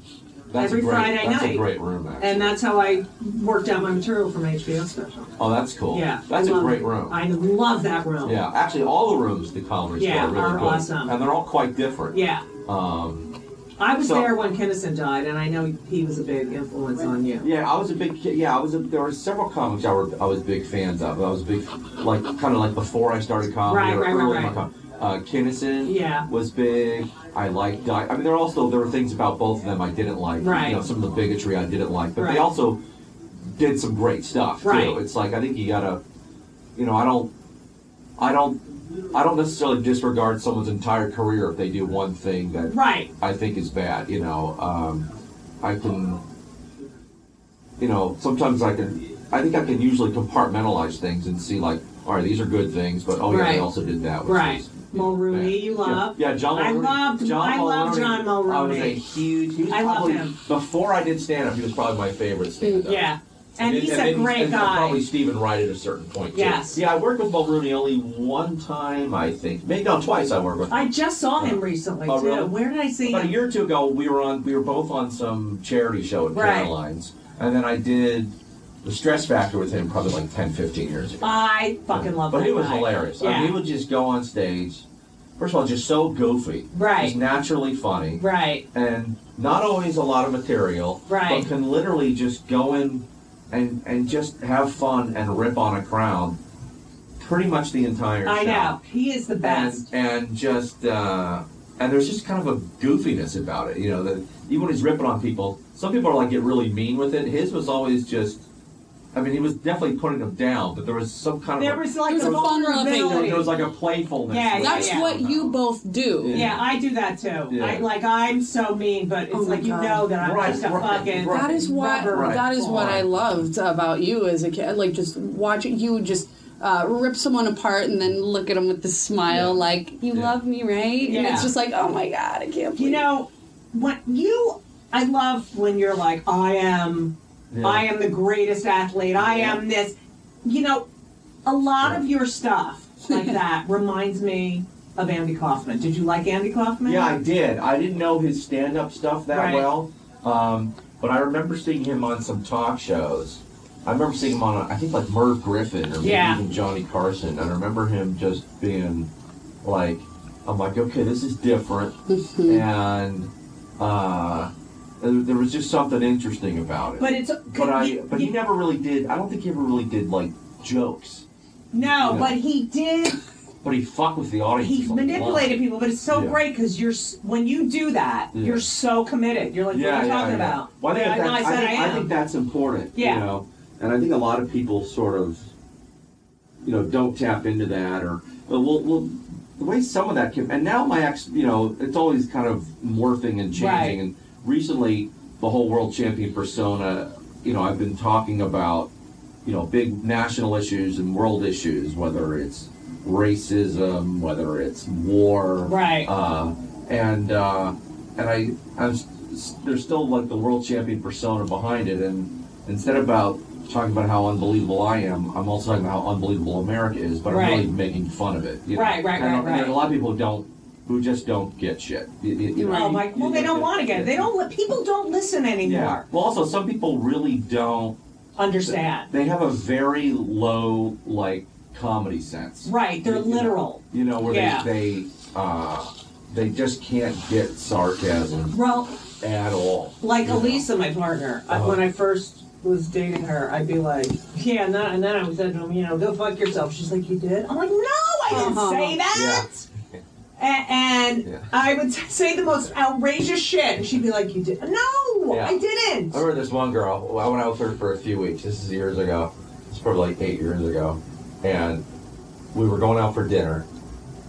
that's
every
a great,
Friday
that's
night.
a great room. Actually.
and that's how I worked out my material from HBO special.
oh, that's cool.
Yeah,
That's
I
a
love-
great room.
I love that room.
yeah, actually, all the rooms at the comedy
Yeah,
store are really
are
good,
awesome.
and they're all quite different.
Yeah.
Um,
I was
So-
there when Kinnison died, and I know he was a big influence on you.
Yeah, I was a big kid. Yeah, I was. A, there were several comics I, were, I was big fans of. I was big, like kind of like before I started comedy.
Right,
or
right, right,
early in
right.
my com- Uh, Kinnison
Yeah.
was big. I liked. Di- I mean, there also there were things about both of them I didn't like.
Right.
You know, some of the bigotry I didn't like, but
Right.
they also did some great stuff
Right.
too. It's like I think you gotta, you know, I don't, I don't, I don't necessarily disregard someone's entire career if they do one thing that
Right.
I think is bad. You know, um, I can, you know, sometimes I can, I think I can usually compartmentalize things and see like, all right, these are good things, but oh yeah,
Right.
they also did that, which
Right.
is
Mulrooney, you love.
Yeah, John
I
Mulrooney.
loved.
John
I love
Mulrooney.
John
I was a
Mulrooney.
huge. He was
I love
probably,
him. Hmm,
Before I did stand up, he was probably my favorite stand up.
yeah, and he's a great
and
guy.
Probably Stephen Wright at a certain point. too.
Yes.
Yeah, I worked with Mulrooney only one time, I think. Maybe no, twice. I worked with. him.
I just saw him recently
Oh,
too.
really?
Where did I see
About a
him?
year or two ago, we were on. We were both on some charity show at
Right.
Caroline's, and then I did the Stress Factor with him probably like 10, 15 years ago.
I fucking love
But
that
he was
guy.
hilarious.
Yeah.
I mean, he would just go on stage. First of all, just so goofy.
Right.
He's naturally funny.
right.
and not always a lot of material,
Right.
but can literally just go in and and just have fun and rip on a crowd pretty much the entire
I
show.
know. He is the
And,
best.
and just uh, and there's just kind of a goofiness about it, you know. That even when he's ripping on people, some people are like get really mean with it. His was always just, I mean, he was definitely putting them down, but there was some kind
there
of a-
was like
It was
a
a fun little thing.
vulnerability.
there was like a playfulness.
Yeah,
with
That's
it,
Yeah.
what
know.
you both do.
Yeah, I do that too.
Yeah.
I, like I'm so mean, but it's
Oh my
like you
God.
know that I'm
Right,
just a
right,
fucking.
right.
That is what
rubber
that is what
ball.
I loved about you as a kid. Like just watching you just uh, rip someone apart and then look at them with the smile,
Yeah.
like you
Yeah.
love me, right? And
Yeah.
it's just like, oh my god, I can't. Believe
You know, when you, I love when you're like, I am,
Yeah.
I am the greatest athlete. I
Yeah.
am this. You know, a lot of your stuff like
[LAUGHS]
that reminds me of Andy Kaufman. Did you like Andy Kaufman?
Yeah, I did. I didn't know his stand up stuff that
Right.
well. Um, but I remember seeing him on some talk shows. I remember seeing him on, I think, like Merv Griffin or maybe
Yeah.
even Johnny Carson. And I remember him just being like, I'm like, okay, this is different.
Mm-hmm.
and uh, there, there was just something interesting about it.
But it's
but, I,
you-
but he
you-
never really did, I don't think he ever really did like jokes.
no,
yeah.
but he did.
But he fucked with the audience.
He
a lot.
manipulated people, but it's so
Yeah.
great because you're s- when you do that,
Yeah.
you're so committed. You're like, what are you talking about?
Well, I think,
Yeah,
that,
no, I
I,
said
think,
I am.
I think that's important.
Yeah.
You know, and I think a lot of people sort of, you know, don't tap into that, or well, we'll, we'll the way some of that can. And now my ex, you know, it's always kind of morphing and changing.
Right.
And recently, the whole world champion persona. You know, I've been talking about, you know, big national issues and world issues, whether it's racism, whether it's war,
Right.
uh, and uh, and I I'm s- s- there's still like the world champion persona behind it, and instead about talking about how unbelievable I am, I'm also talking about how unbelievable America is, but
Right.
I'm really making fun of it. You know?
Right, right,
And,
right,
and
right.
a lot of people don't who just don't get shit. You, you- you know?
Oh my! Well, they don't want to get it. They don't. li- People don't listen
Yeah.
anymore.
Well, also some people really don't.
Understand?
They have a very low like comedy sense.
Right? They're
You know?
literal.
You know where
Yeah.
they they uh, they just can't get sarcasm.
Well,
at all.
like
you know?
Elisa, my partner. I,
Uh-huh.
when I first was dating her, I'd be like, "Yeah," and then, and then I would say to him, "You know, go fuck yourself." She's like, "You did?" I'm like, "No, I didn't
Uh-huh.
say that." A- And,
Yeah.
I would say the most outrageous shit, and she'd be like, "You did? No,
Yeah.
I didn't."
I remember this one girl. well, I went out with her for a few weeks. This is years ago. It's probably like eight years ago, and we were going out for dinner.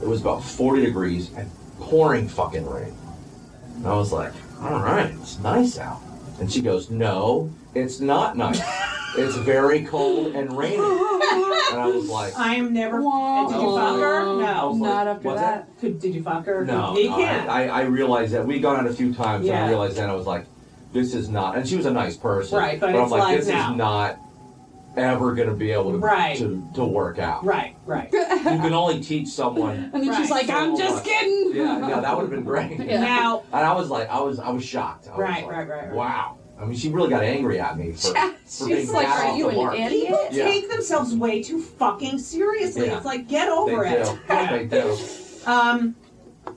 It was about forty degrees and pouring fucking rain. And I was like, "All right, it's nice out." And she goes, "No, it's not
[LAUGHS]
nice. it's very cold and raining." and I was like,
I am never.
Wah,
did you fuck her?
wah.
No.
Not after
Was
that.
Could, did you fuck her?
Oh. No,
you
no,
can't.
I, I, I realized that we'd gone out a few times, and
Yeah.
I realized that I was like, this is not. And she was a nice person,
Right, but
I'm
it's
like,
like
this
now.
is not ever going to be able to,
Right.
to to work out.
right, right.
You can only teach
[LAUGHS]
someone.
And then she's
Right.
like, I'm
So
just
much.
kidding.
Yeah, no, that would have
[LAUGHS]
been great.
Yeah.
Now,
And I was like, I was, I was shocked. I was
Right,
like,
right, right, right.
Wow. I mean, she really got angry at me for, for being
she's like,
that
are
off
you
the mark.
an idiot?
people
Yeah.
take themselves way too fucking seriously.
Yeah.
It's like get
They
over it. [LAUGHS]
do. they do.
Um,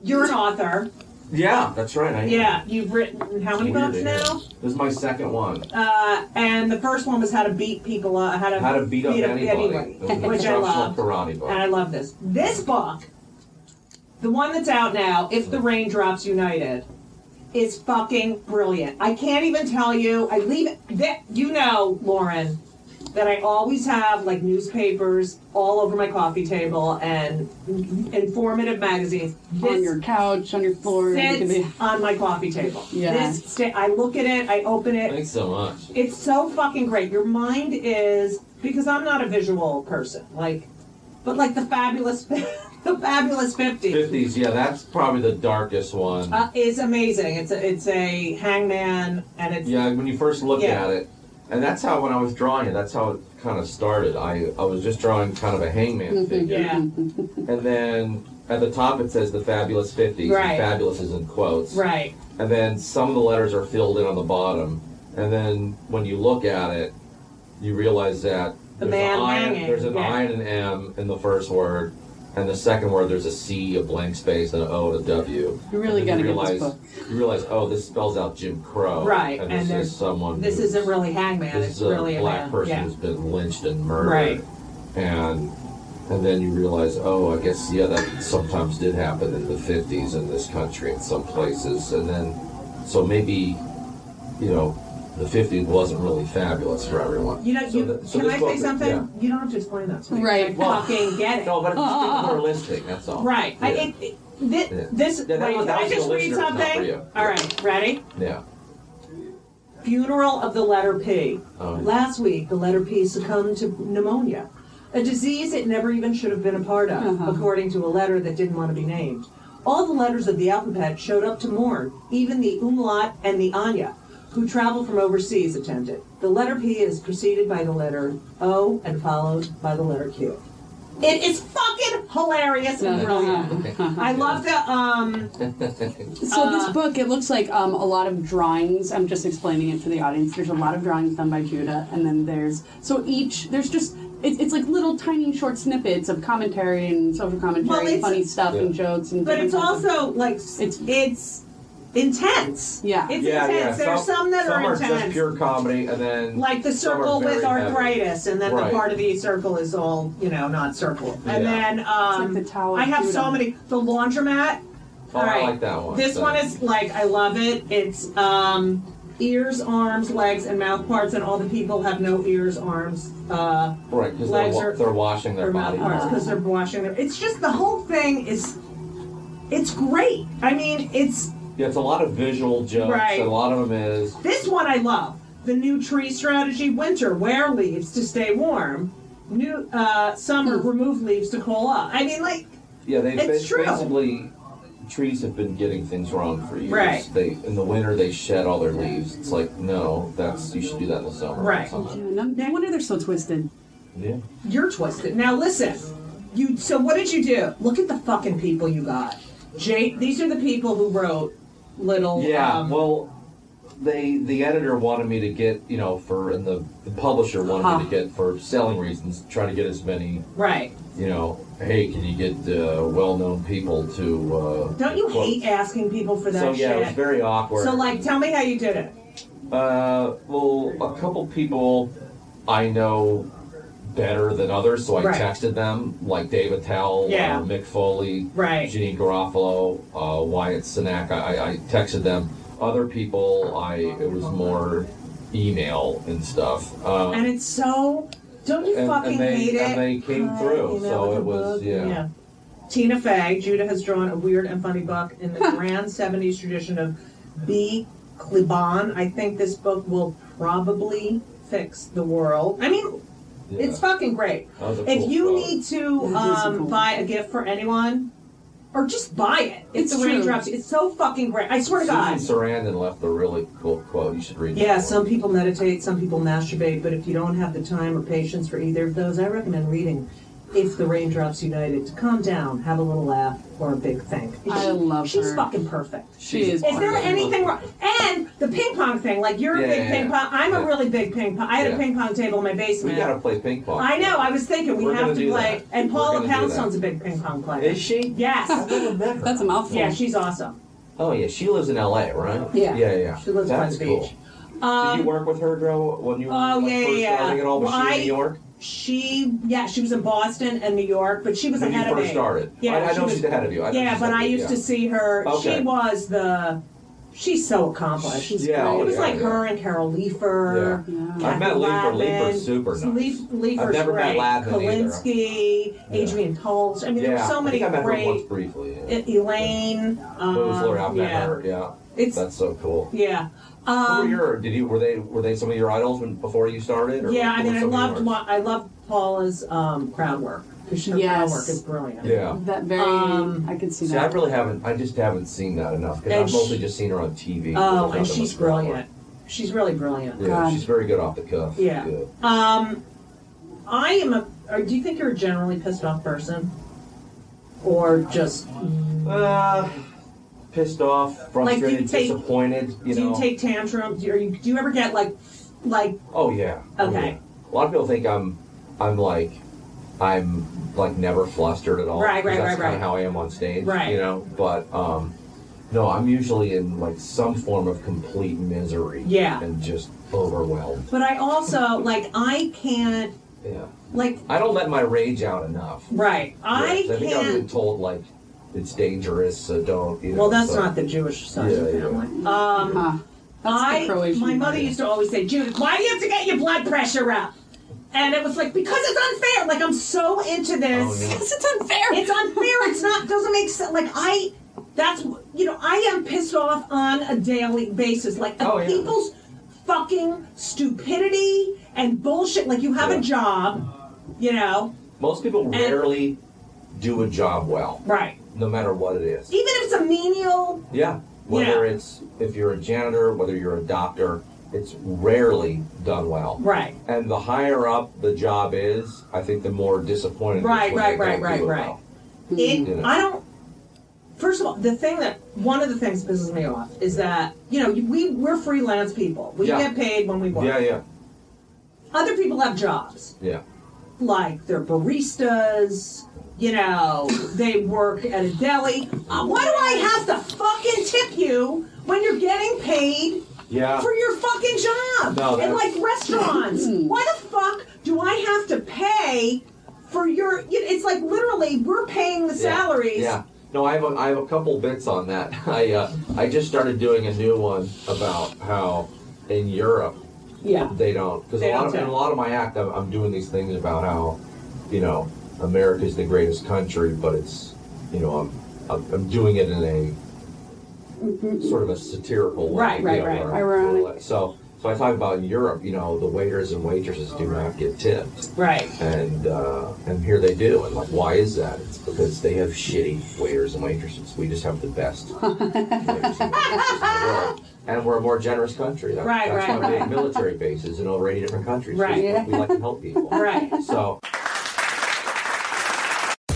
you're an author.
Yeah, that's right. I,
Yeah, you've written how many
Weird,
books
yeah.
now?
This is my second one.
Uh, and the first one was how to beat people up, how to
How to beat up anybody. It was an
which I
instructional
love.
Karate book.
And I love this. This book, the one that's out now, If the Rain Drops United, is fucking brilliant. I can't even tell you. I leave that you know, Lauren, that I always have like newspapers all over my coffee table and informative magazines.
on
This
your couch, on your floor. you can
sits
be-
on my coffee table.
Yeah.
This sta- I look at it, I open it,
Thanks so much.
it's so fucking great. Your mind is because I'm not a visual person. Like But like the fabulous, [LAUGHS] the fabulous fifty
Fifties, yeah, that's probably the darkest one.
uh, is amazing. It's a it's a hangman, and it's
Yeah, when you first look
Yeah.
at it, and that's how when I was drawing it, that's how it kind of started. I I was just drawing kind of a hangman figure,
Mm-hmm. yeah,
and then at the top it says the fabulous fifties.
Right.
Fabulous is in quotes.
right.
And then some of the letters are filled in on the bottom, and then when you look at it, you realize that
The
there's,
man
an I,
hanging,
there's an
yeah.
I and an M in the first word. And the second word, there's a C, a blank space, and an O and a W.
You really
And then
gotta get this
realize- You realize, oh, this spells out Jim Crow,
Right,
And
and
this
there's-
is someone.
This
who's-
isn't really hangman.
this
it's
is a
really
black
a man.
person
yeah.
who's been lynched and murdered.
Right.
And and then you realize, oh, I guess yeah, that sometimes did happen in the fifties in this country in some places. And then so maybe, you know, the fifties wasn't really fabulous for everyone.
You know,
So
you,
that- so
can
this
I say
book-
something?
yeah.
You don't have to explain that to me.
Right.
I fucking get it. Uh-huh.
No, but it's
[LAUGHS]
still realistic, that's all.
Right. I,
Yeah.
it, it, thi-
Yeah.
This.
Yeah, that
wait,
was- that
can I
was
just
the
read
listener's not for
something?
you.
All right. Ready?
yeah.
Funeral of the letter P.
Oh.
Last week, the letter P succumbed to pneumonia, a disease it never even should have been a part of, according to a letter that didn't want to be named. All the letters of the alphabet showed up to mourn, even the umlaut and the Anya, who travel from overseas, attended. The letter P is preceded by the letter O and followed by the letter Q. It is fucking hilarious and brilliant. I love the um
So this
Uh.
book, it looks like um, a lot of drawings. I'm just explaining it to the audience. There's a lot of drawings done by Judah, and then there's so each there's just it, it's like little tiny short snippets of commentary and social commentary,
Well,
and
it's-
funny stuff and jokes and.
But it's
different kinds of-
also like s-
It's-
it's it's intense.
Yeah.
it's
yeah,
intense.
yeah.
There's some, that
some
are
just
intense,
pure comedy, and then
like the
some are
circle with
very heavy.
arthritis, and then
Right.
the part of the circle is all you know, not circle. And
Yeah.
then um,
It's like the Tower of
I have so
Judah.
many. The laundromat.
Oh,
all
I
right.
like that one.
This
That-
one is like I love it. It's um, ears, arms, legs, and mouth parts, and all the people have no ears, arms, uh,
right because they're,
legs
wa-
are-
they're washing their
their
body
mouth parts because they're washing their. It's just the whole thing is. It's great. I mean, it's
Yeah, it's a lot of visual jokes.
Right.
A lot of them is
This one I love. The new tree strategy: winter, wear leaves to stay warm. New uh, summer, remove leaves to cool up. I mean, like,
yeah. They
It's
ba-
true.
basically trees have been getting things wrong for years.
Right.
They in the winter they shed all their leaves. It's like no, that's you should do that in the summer. or
Right.
something.
No, no wonder they're so twisted.
Yeah.
you're twisted. Now listen, you. So what did you do? Look at the fucking people you got. Jake, these are the people who wrote little.
Yeah.
um,
well, they the editor wanted me to get you know for and the, the publisher wanted me to get for selling reasons try to get as many
right.
you know hey can you get uh, well known people to uh,
Don't you
quote-
hate asking people for that
So yeah, it was
shit?
very awkward.
so like, tell me how you did it.
Uh, well, a couple people I know better than others, so I
Right.
texted them, like Dave Attell,
Yeah.
uh, Mick Foley,
Right.
Janine Garofalo, uh, Wyatt Sinak. I, I- I texted them. Other people, I it was more email and stuff. Uh,
And it's so. Don't you
and-
fucking
and they,
hate it?
And they came through, so it was yeah.
Yeah. Tina Fey, Judah has drawn a weird and funny book in the grand 70s tradition of B. Kliban. I think this book will probably fix the world. I mean,
yeah.
it's fucking great.
That was a
If
cool
you
quote.
need to um, buy a gift for anyone, or just buy it. It's,
It's
the
true.
raindrops. It's so fucking great. I swear to Oh God.
Susan Sarandon left a really cool quote. You should read.
Yeah,
that
some people meditate, some people masturbate, but if you don't have the time or patience for either of those, I recommend reading If the Raindrops United to calm down, have a little laugh, or a big think.
I love
She's
her.
fucking perfect.
She is.
Is there anything wrong? And the ping pong thing, like you're
Yeah,
a big
yeah,
ping
yeah.
pong. I'm a
Yeah.
really big ping pong. I had
Yeah.
a ping pong table in my
We
basement.
gotta play ping pong.
I know. I was thinking we
We're
have
gonna
to
do
play.
that.
And
We're
Paula
gonna do that.
Poundstone's a big ping pong player.
Is she? I
Yes.
don't remember.
That's a mouthful.
yeah, she's awesome.
Oh yeah, she lives in L.A., right?
Yeah.
yeah, yeah.
She lives in West
That's
Beach. Um,
cool. Did you work with her, Drew, when you were
Oh,
like,
yeah,
first
yeah, yeah.
starting it all? Was
Well,
she
I-
in New York
She, yeah, she was in Boston and New York, but she was
when you
ahead
first
of me.
started?
Yeah,
I, I
she
know
was-
she's ahead of you. I know
yeah,
she's
but
ahead
I
of you,
used
yeah.
to see her.
Okay.
She was the. She's so accomplished.
She's
Yeah, oh,
great.
it was
yeah,
like
yeah.
her and Carol Leifer.
Yeah.
Yeah. I've met Leifer.
Leifer.
Leifer's super nice.
Leif, Leifer's
I've never met
great.
Lavin either.
Kolinsky, Adrian Pulse. I mean,
yeah,
there's so many
I think I met her once
great.
briefly. Yeah.
E- Elaine. Um,
Boozler, I've met
yeah.
her. Yeah,
It's
that's so cool.
yeah.
Who were
Um,
your? Did you? Were they? Were they some of your idols when, before you started? Or
yeah, I
who were
mean, I
some of
loved
yours?
Wa- I loved Paula's um, crown work because her crown
Yes.
work is brilliant.
Yeah.
That very,
Um,
I could see
See, I
that.
really haven't. I just haven't seen that enough because
And
I've mostly
she-
just seen her on TV.
Oh,
There's
and
nothing
she's
much going on.
brilliant. She's really brilliant.
Yeah,
God.
she's very good off the cuff.
Yeah. Um, I am a. Or do you think you're a generally pissed off person, or just
Uh, pissed off,
Like, do you
frustrated,
take-
disappointed. You
do
know.
you take tantrums? Do you, do you ever get like like
oh yeah. Oh,
Okay.
yeah. A lot of people think I'm, I'm like, I'm like never flustered at all.
Right,
'cause
right,
That's
right,
kind
right.
of how I am on stage.
Right.
You know, but um, no, I'm usually in like some form of complete misery.
Yeah.
And just overwhelmed.
But I also like I can't
Yeah.
like
I don't let my rage out enough.
right. I
Yes, I think I've been
can't.
told like it's dangerous, so don't. You know,
Well, that's
so-
not the Jewish side of the
Yeah, yeah.
family. Um,
Huh. That's the
I
Croatian
my mother
part.
used to always say, Judith, why do you have to get your blood pressure up? And it was like because it's unfair. Like I'm so into this.
Oh, yeah.
Because it's unfair.
It's unfair. It's not. Doesn't make sense. Like I, that's you know I am pissed off on a daily basis. Like of
Oh, yeah.
people's fucking stupidity and bullshit. Like you have
Yeah.
a job, you know,
Most people rarely do a job well,
right?
no matter what it is.
Even if it's a menial,
Yeah. Whether
Yeah.
it's if you're a janitor, whether you're a doctor, it's rarely done well.
right?
And the higher up the job is, I think the more disappointed. it's
Right,
when
right,
they
right,
don't
right,
do it
right.
well.
It,
Yeah.
I don't. First of all, the thing that one of the things that pisses me off is that you know we we're freelance people. We
Yeah.
get paid when we work.
Yeah, yeah,
Other people have jobs.
yeah.
like they're baristas. You know, they work at a deli. Uh, why do I have to fucking tip you when you're getting paid
Yeah.
for your fucking job?
No,
and
that's-
like
[LAUGHS]
restaurants, why the fuck do I have to pay for your? you- It's like literally we're paying the
Yeah,
salaries.
Yeah. No, I have a, I have a couple bits on that. [LAUGHS] I uh, I just started doing a new one about how in Europe
Yeah.
they don't because a
They
lot
don't
of, in
tell.
a lot of my act I'm, I'm doing these things about how you know America's the greatest country, but it's you know I'm I'm, I'm doing it in a sort of a satirical way.
Mm-hmm. Right,
you
right,
know,
right.
where-
Ironic.
where- So so I talk about in Europe, you know, the waiters and waitresses do not get tipped
Right.
and uh, and here they do. And like, why is that? It's because they have shitty waiters and waitresses. We just have the
[LAUGHS]
best waiters and waitresses in the world. And we're a more generous country. That,
Right,
that's
right,
why we
right.
have military bases in over 80 different countries.
Right.
We, we like to help people.
Right.
So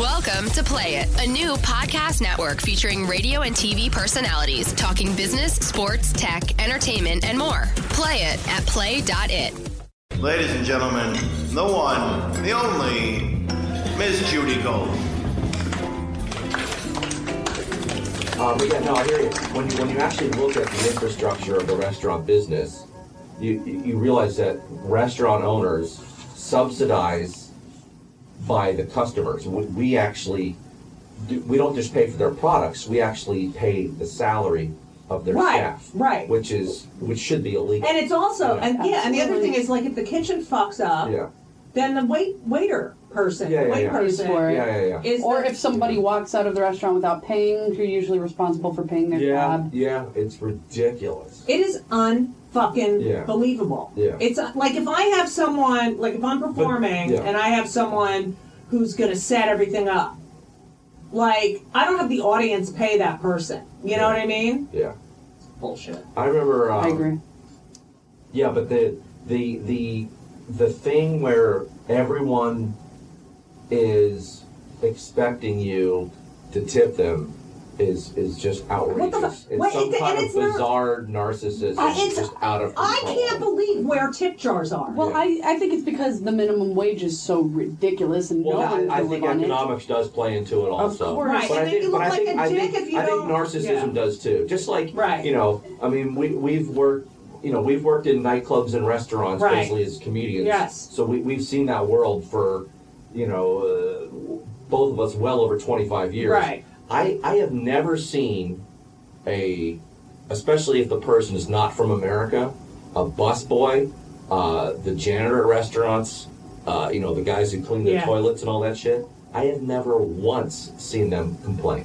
Welcome to Play It, a new podcast network featuring radio and TV personalities talking business, sports, tech, entertainment, and more. Play it at play.it.
Ladies and gentlemen, the one, the only, Miss Judy Gold.
Um, but yeah, no, I hear you. When you when you actually look at the infrastructure of the restaurant business, you you you realize that restaurant owners subsidize by the customers. We, we actually do, we don't just pay for their products. We actually pay the salary of their
Right,
staff,
right.
Which is which should be illegal.
And it's also
Yeah.
and yeah, and the other thing is like if the kitchen fucks up,
yeah,
then the wait waiter person,
Yeah, yeah,
wait
yeah.
person
For it.
yeah, yeah, yeah.
is
Or
the-
if somebody walks out of the restaurant without paying, you're usually responsible for paying their
yeah,
tab.
yeah, it's ridiculous.
um, It is unfucking
Yeah.
believable.
Yeah.
It's uh, like if I have someone, like if I'm performing
yeah.
and I have someone who's going to set everything up, like I don't have the audience pay that person. You know what I mean?
Yeah,
Bullshit.
I remember. Um,
I agree.
Yeah, but the the the the thing where everyone is expecting you to tip them is is just outrageous.
fuck?
It's
Wait,
some
it-
kind
and
of
it's not-
bizarre narcissism,
I- Uh, it's-
just out of control.
I can't believe where tip jars are.
Well, I, I think it's because the minimum wage is so ridiculous and
Well,
no one
I, I
can
think
live on it.
economics does play into it also.
course.
Right,
But
and then
I think,
you
but
look
I
like
think,
a
I
dick
think,
if you
I think
don't-
narcissism
yeah.
does too. Just like
Right.
you know, I mean, we we've worked. You know, we've worked in nightclubs and restaurants
Right.
basically as comedians.
Yes.
So we we've seen that world for, you know, uh, both of us well over twenty five years.
Right.
I I have never seen a, especially if the person is not from America, a busboy, uh, the janitor at restaurants, uh, you know, the guys who clean the
Yeah.
toilets and all that shit. I have never once seen them complain.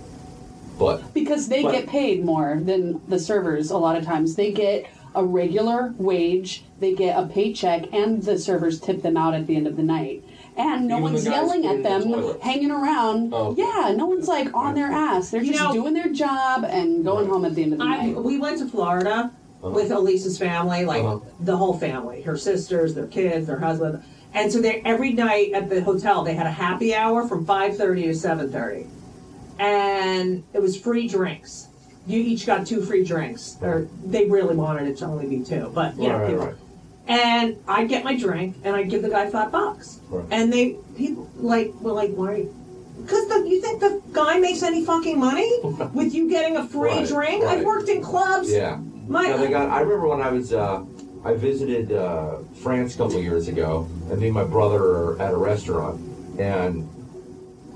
But
Because they
But-
get paid more than the servers a lot of times. They get a regular wage, they get a paycheck, and the servers tip them out at the end of the night. and no
Even the
one's
guys
yelling
in
at
the
them,
toilet.
hanging around.
Oh.
Yeah, no one's like on their ass. They're just
know-
doing their job and going home at the end of the
I,
night.
we went to Florida with Elisa's family, like
Uh-huh.
the whole family, her sisters, their kids, their husband, and so they every night at the hotel they had a happy hour from five thirty to seven thirty, and it was free drinks. You each got two free drinks, or they really wanted it to only be two, but you know,
Right, right,
people-
right.
and I get my drink and I give the guy five bucks,
Right.
and they people like were like, why? Are you? Because the, you think the guy makes any fucking
[LAUGHS]
money with you getting a free
Right,
drink? I've
right.
worked in clubs.
Yeah.
My-
No, they got, I remember when I was, uh, I visited uh, France a couple of years ago, and me and my brother are at a restaurant, and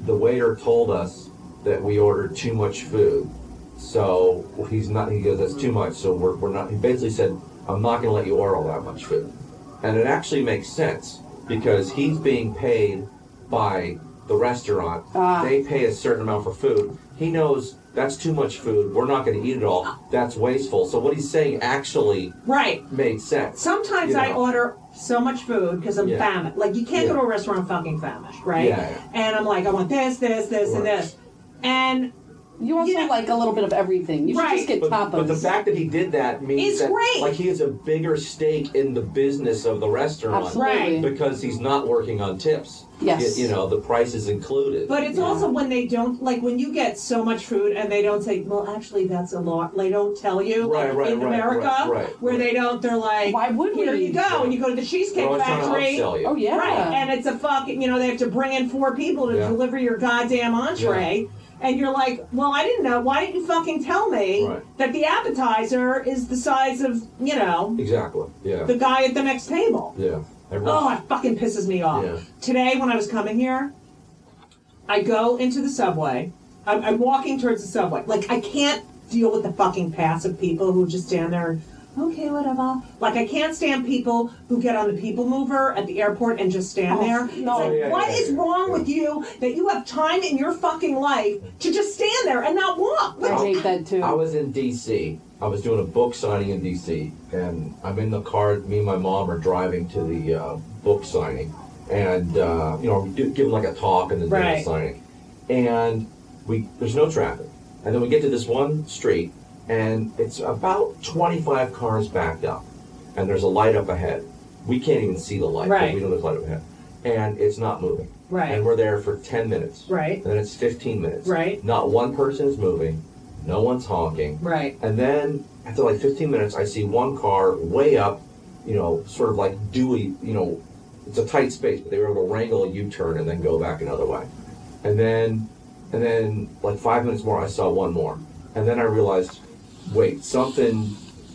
the waiter told us that we ordered too much food. So he's not, he goes, that's too much. So we're, we're not, he basically said, I'm not going to let you order all that much food. And it actually makes sense because he's being paid by the restaurant.
Ah.
They pay a certain amount for food. He knows that's too much food. We're not going to eat it all. That's wasteful. So what he's saying actually
Right.
made sense.
Sometimes
You
I
know.
order so much food because I'm
Yeah.
famished. Like you can't
Yeah.
go to a restaurant fucking famished, right?
Yeah, yeah.
And I'm like, I want this, this, this, and
Right.
this, and
You also
Yeah.
like a little bit of everything. You should
Right.
just get
But,
tapas.
but the fact that he did that means
It's
that
great.
like he has a bigger stake in the business of the restaurant
Absolutely.
because he's not working on tips.
Yes.
You, you know, the price is included.
But it's also when they don't like when you get so much food and they don't say, well, actually that's a lot. They don't tell you
Right,
like,
right,
in
right,
America
right, right,
where they don't. They're like,
Why would
here
we?
you go and you go to the
They're
cheesecake
always trying to
factory.
upsell you.
oh yeah.
Right, and it's a fucking you know they have to bring in four people to
Yeah.
deliver your goddamn entree. And you're like, well, I didn't know. Why didn't you fucking tell me
Right.
that the appetizer is the size of, you know,
Exactly. Yeah.
the guy at the next table?
yeah. Everyone's-
Oh, it fucking pisses me off.
Yeah.
Today, when I was coming here, I go into the subway. I'm, I'm walking towards the subway. Like, I can't deal with the fucking passive people who just stand there and, okay, whatever. Like, I can't stand people who get on the people mover at the airport and just stand there. It's
no.
like,
Yeah, yeah,
what
yeah,
is
yeah,
wrong
yeah.
with you that you have time in your fucking life to just stand there and not walk?
I hate that too.
I was in DC. I was doing a book signing in DC, and I'm in the car. Me and my mom are driving to the uh, book signing, and uh, you know, we do- give them like a talk and then do the
Right.
signing. And we there's no traffic, and then we get to this one street, and it's about 25 cars backed up, and there's a light up ahead. We can't even see the light. 'cause
Right.
We don't have light up ahead, and it's not moving.
Right.
And we're there for 10 minutes.
Right.
And then it's 15 minutes.
Right.
Not one person is moving. No one's honking.
Right.
And then after like 15 minutes, I see one car way up, you know, sort of like dewy, you know, it's a tight space, but they were able to wrangle a U-turn and then go back another way. And then, and then like five minutes more, I saw one more. And then I realized, wait, something,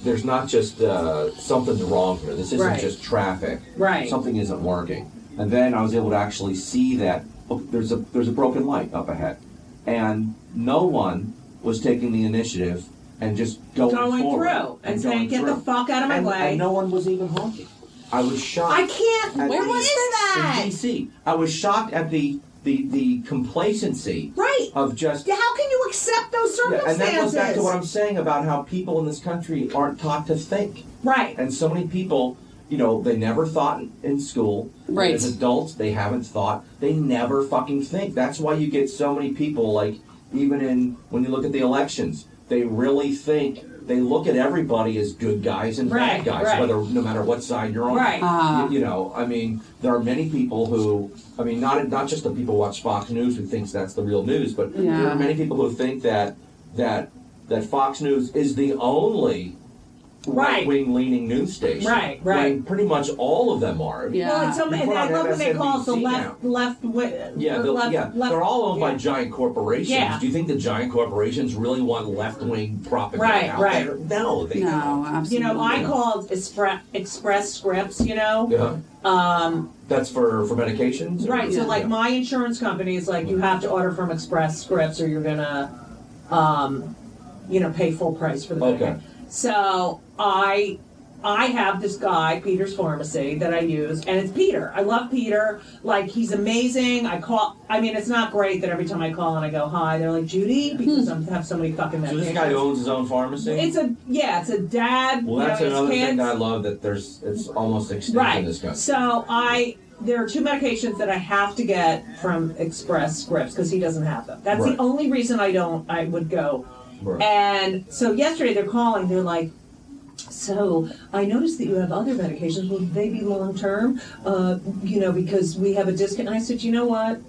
there's not just, uh, something's wrong here. This isn't
Right.
just traffic.
Right.
Something isn't working. And then I was able to actually see that oh, there's a, there's a broken light up ahead. And no one was taking the initiative and just going,
Going
forward
through and saying,
going
"Get the
through."
fuck out of my
And-
way."
And no one was even honking. I was shocked.
I can't.
at
Where
the-
was that?
In DC. I was shocked at the the, the complacency
Right.
of just
How can you accept those
Yeah,
circumstances?
and that goes back to what I'm saying about how people in this country aren't taught to think.
right.
And so many people, you know, they never thought in- in school.
Right.
As adults, they haven't thought. They never fucking think. That's why you get so many people, like, even in when you look at the elections, they really think. They look at everybody as good guys and
Right,
bad guys,
right.
whether no matter what side you're on.
Right.
Ah.
You, you know, I mean, there are many people who, I mean, not not just the people who watch Fox News who thinks that's the real news, but there
Yeah.
are many people who think that that that Fox News is the only
Right.
wing leaning news station.
Right, right.
When pretty much all of them are.
Yeah.
Well, it's some,
You
and
put
I
on
love when they call it the
MSNBC
left,
now.
left, wi-
Yeah,
or
they're,
left,
yeah.
left.
they're all owned by
yeah.
giant corporations.
Yeah.
Do you think the giant corporations really want left wing propaganda
Right,
out
right.
there? No, they
no, absolutely.
You know, I called expre- express scripts. You know,
don't. Yeah. Um, That's for, for medications? or-
right? So, like,
Yeah.
my insurance company is like, you have to order from Express Scripts, or you're gonna, um, you know, pay full price for the
Okay.
medication. So I I have this guy, Peter's Pharmacy, that I use, and it's Peter. I love Peter. Like he's amazing. I call. I mean, it's not great that every time I call and I go hi, they're like Judy because I have so many fucking.
So this guy
medications."
owns his own pharmacy?
It's a yeah. It's a dad.
well, that's
you know, his
another
kids.
thing that I love that there's it's almost extinct in
Right.
this country.
So I there are two medications that I have to get from Express Scripts because he doesn't have them. That's
Right.
the only reason I don't. I would go.
Right.
And so yesterday they're calling. They're like, "So I noticed that you have other medications. Will they be long term? Uh, you know, because we have a discount." And I said, "You know what?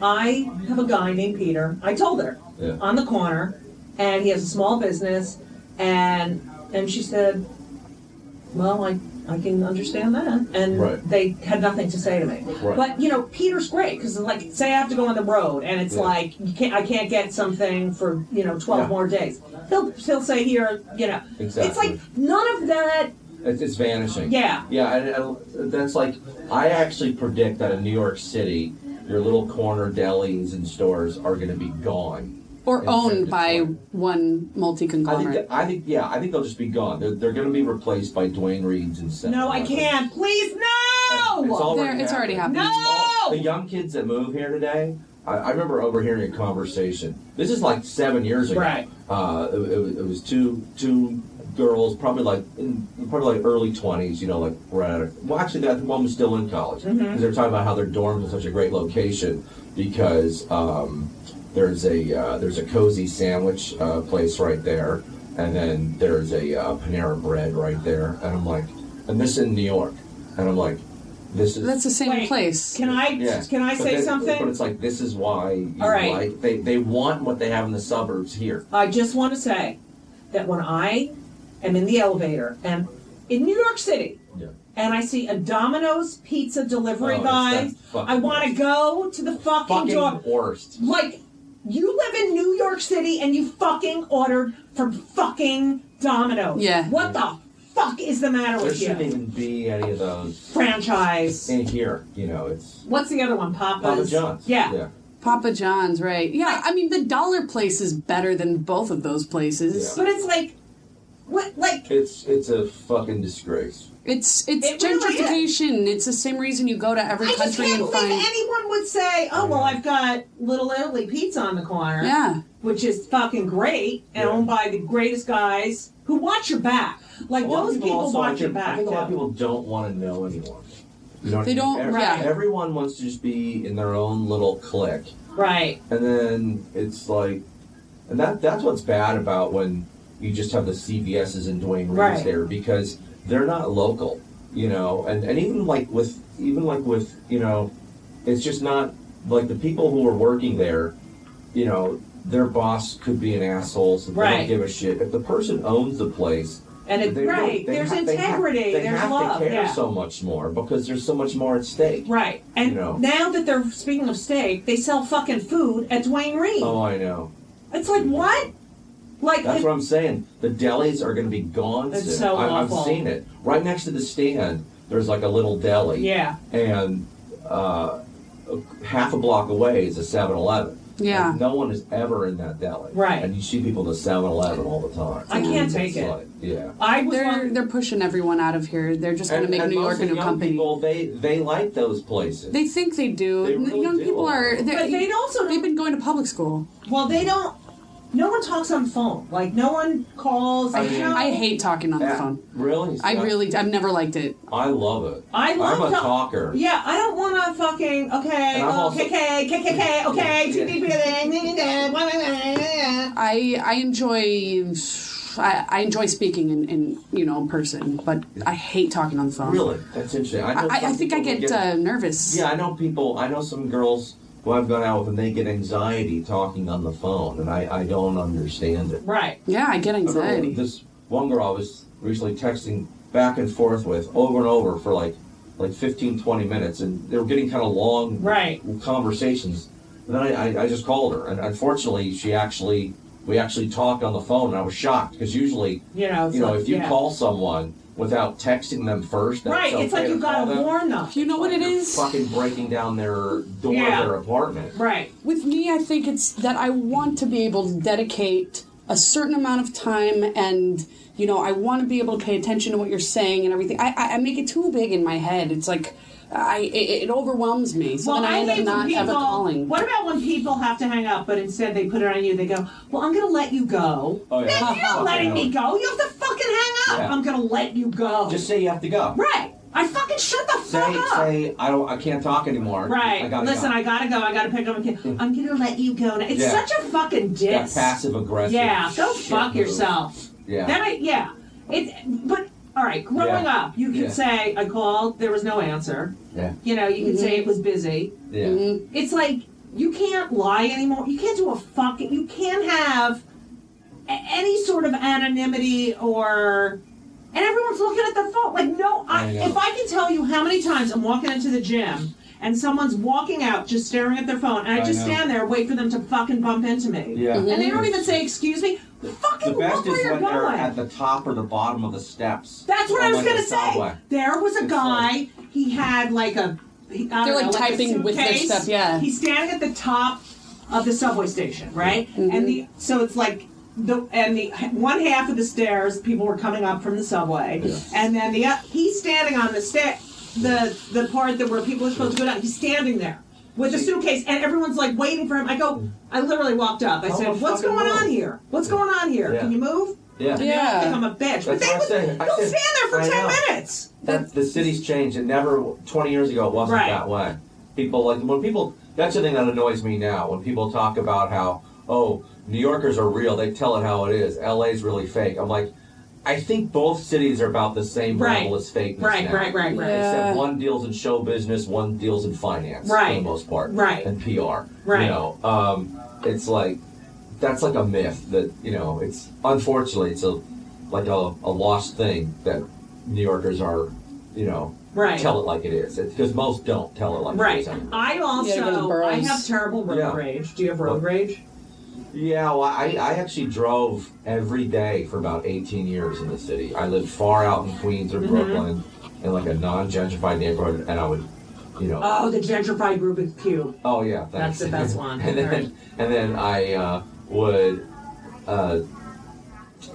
I have a guy named Peter. I told her
Yeah.
on the corner, and he has a small business, and and she said, "Well, I." I can understand that, and
Right.
they had nothing to say to me.
Right.
But you know, Peter's great because, like, say I have to go on the road, and it's
Yeah.
like you can't, I can't get something for you know twelve
Yeah.
more days. He'll he'll say here, you know, it's
Exactly.
like none of that.
It's, it's vanishing.
Yeah.
Yeah, and, and that's like I actually predict that in New York City, your little corner delis and stores are going to be gone.
or
And
owned
friends
by
as well.
one multi
I think.
conglomerate.
that- I think. Yeah, I think they'll just be gone. They're, they're going to be replaced by Dwayne Reeds and Seth.
No, I
Rollins.
can't. Please,
It's
no.
There- it's already happening.
No!
The young kids that move here today, I, I remember overhearing a conversation. This is like seven years ago.
Right.
Uh, it, it was- it was two two girls, probably like in, probably like early twenties. You know, like right out of well, actually, that one was still in college
Mm-hmm.
because they're talking about how their dorms in such a great location because um, there's a uh, there's a cozy sandwich uh, place right there, and then there's a uh, Panera Bread right there, and I'm like, and this in New York, and I'm like. This is
That's the same
Wait,
place.
Can I
yeah.
can I
But
say
then- But
something?
it's like this is why you
All right. Uh,
like they, they want what they have in the suburbs here.
I just want to say that when I am in the elevator and in New York City,
Yeah.
and I see a Domino's pizza delivery
Oh, it's
guy,
the fucking
I want to
worst.
go to the fucking,
Fucking
door.
worst.
Like, you live in New York City and you fucking ordered from fucking Domino's.
Yeah.
What the fuck is the matter
There
with
shouldn't
you?
even be any of those
Franchise.
in here. You know, it's
What's the other one? Papa's.
Papa John's.
Yeah.
yeah.
Papa John's, right? Yeah, I mean the dollar place is better than both of those places.
But it's like, what? Like,
It's it's a fucking disgrace.
It's it's
It really
gentrification. it's the same reason you go to every
I just
country
can't
and
believe
find
anyone would say, "Oh well, I've got Little Italy pizza on the corner."
yeah.
which is fucking great and
Yeah.
owned by the greatest guys who watch your back. Like
A lot of
those people,
also, I
watch
think-
your
I
back.
think a lot of
too.
people don't want to know anyone. You know what
They
I mean?
don't-
Every-
right.
Everyone wants to just be in their own little clique.
Right.
And then it's like, and that that's what's bad about when you just have the CVSs and Dwayne Reeds
Right.
there because they're not local, you know. And and even like with even like with you know, it's just not like the people who are working there, you know, their boss could be an asshole, so they
Right.
don't give a shit. If the person owns the place.
And it,
they really-
right.
they
there's
ha- they ha-
integrity.
They
there's
have
love.
to care
yeah.
so much more because there's so much more at stake.
right. And
you know.
now that they're speaking of steak, they sell fucking food at Dwayne Reed.
Oh, I know.
It's like what? Like
That's
it-
what I'm saying. The delis are going to be gone
It's
soon.
so
I, I've
awful.
seen it. Right next to the stand, there's like a little deli.
yeah.
And uh, half a block away is a 7 Eleven.
Yeah.
no one is ever in that deli.
Right.
And you see people in the 7 Eleven all the time.
I can't
It's
take it.
like- yeah.
I was
They're
one-
they're pushing everyone out of here. They're just going to
And-
make
and
New
most
York a
of the
new
young
company.
People, they, they like those places.
they think they do.
They really
young
do.
people are. they're-
But they also don't-
they've been going to public school.
well, they don't. No one talks on the phone. Like no one calls.
I
you
mean-
know?
I hate talking on the
Yeah.
phone.
Really?
I really I've never liked it.
I love it.
I love
I'm a
to-
talker.
Yeah, I don't want to fucking okay,
And I'm also-
okay, KKK, okay, TDP,
I I enjoy I, I enjoy speaking in, in you know person, but I hate talking on the phone.
Really? That's interesting. I,
I,
know
I- I
some
think I
people who
get, uh, nervous.
Yeah, I know people. I know some girls who I've gone out with, and they get anxiety talking on the phone, and I, I don't understand it.
Right.
Yeah, I get
I remember
anxiety.
This one girl I was recently texting back and forth with over and over for like like 15, 20 minutes, and they were getting kind of long
Right.
conversations. And then I, I, I just called her, and unfortunately, she actually we actually talked on the phone, and I was shocked because usually
You know, it's
you know
like-
if you
yeah.
call someone without texting them first, that's
Right, it's like
okay
you
to call
gotta
them.
warn them.
You know what it is?
Fucking breaking down their door
Yeah.
of their apartment.
Right.
With me, I think it's that I want to be able to dedicate a certain amount of time and you know I want to be able to pay attention to what you're saying and everything. I, I, I make it too big in my head. It's like I it, it overwhelms me. So
Well,
then I
I
end up
hate
not
when people.
ever calling.
What about when people have to hang up, but instead they put it on you? They go, "Well, I'm gonna let you go."
Oh, yeah.
You're not
Fucking
letting me
hell.
go. You have to fucking hang up.
Yeah.
I'm gonna let you go.
Just say you have to go.
right. I fucking shut the fuck
Say,
up.
say, I don't, I can't talk anymore.
Right.
I gotta
Listen,
go.
I gotta go. I gotta pick up a kid. I'm gonna let you go. Now. It's
Yeah.
such a fucking
That
diss.
passive aggressive.
Yeah. Go
shit
fuck
move.
yourself.
Yeah.
That I, yeah. It. But all right. Growing
Yeah.
up, you could
Yeah.
say I called. There was no answer.
Yeah.
You know. You could say
Mm-hmm.
it was busy.
Yeah.
It's like you can't lie anymore. You can't do a fucking. You can't have a- any sort of anonymity or. And everyone's looking at the phone. Like, no, I,
I know.
if I can tell you how many times I'm walking into the gym and someone's walking out just staring at their phone, and I
I
just
know.
stand there and wait for them to fucking bump into me.
Yeah.
And they don't even say, excuse me.
The
Fucking
best
look where
is
you're
when they're
going.
at the top or the bottom of the steps.
That's what I
On,
was
like,
gonna
the subway.
say. There was a
It's
guy.
like-
he had like a. He, I
They're,
don't know,
like,
a
typing with their
suitcase.
stuff, yeah.
He's standing at the top of the subway station, right?
Mm-hmm.
And the so it's like the and the one half of the stairs people were coming up from the subway, and then the oth- he's standing on the stair, the the part that where people are supposed to go down. He's standing there. With a suitcase, and everyone's like waiting for him. I go. I literally walked up. I
How
said,
the
"What's
fucking
going on
world?"
here? What's going on here?
Yeah.
Can you move?"
Yeah.
They
Yeah.
think I'm a bitch, but
That's
they
what I
would.
said. I
They'll
said-
stand there for
I
ten
know.
minutes.
That the city's changed. It never twenty years ago it wasn't
Right.
that way. People like when people that's the thing that annoys me now when people talk about how oh New Yorkers are real. They tell it how it is. LA's really fake. I'm like. I think both cities are about the same
Right.
level as fakeness
Right,
now.
right, right, right.
Yeah.
Except one deals in show business, one deals in finance for
Right.
the most part,
Right.
and PR.
Right.
You know, um, it's like that's like a myth that you know it's unfortunately it's a like a, a lost thing that New Yorkers are you know
Right.
tell it like it is because most don't tell it like it
Right.
is. anymore.
I
Yeah, go to
also
the
I
boroughs.
have terrible road
Yeah.
rage. Do you have road rage?
Yeah, well, I, I actually drove every day for about 18 years in the city. I lived far out in Queens
Mm-hmm.
or Brooklyn in like a non-gentrified neighborhood, and I would, you know,
Oh, the gentrified Rubik's cube.
Oh yeah,
That's
thanks.
the best one.
and then,
Alright.
and then I uh, would, uh,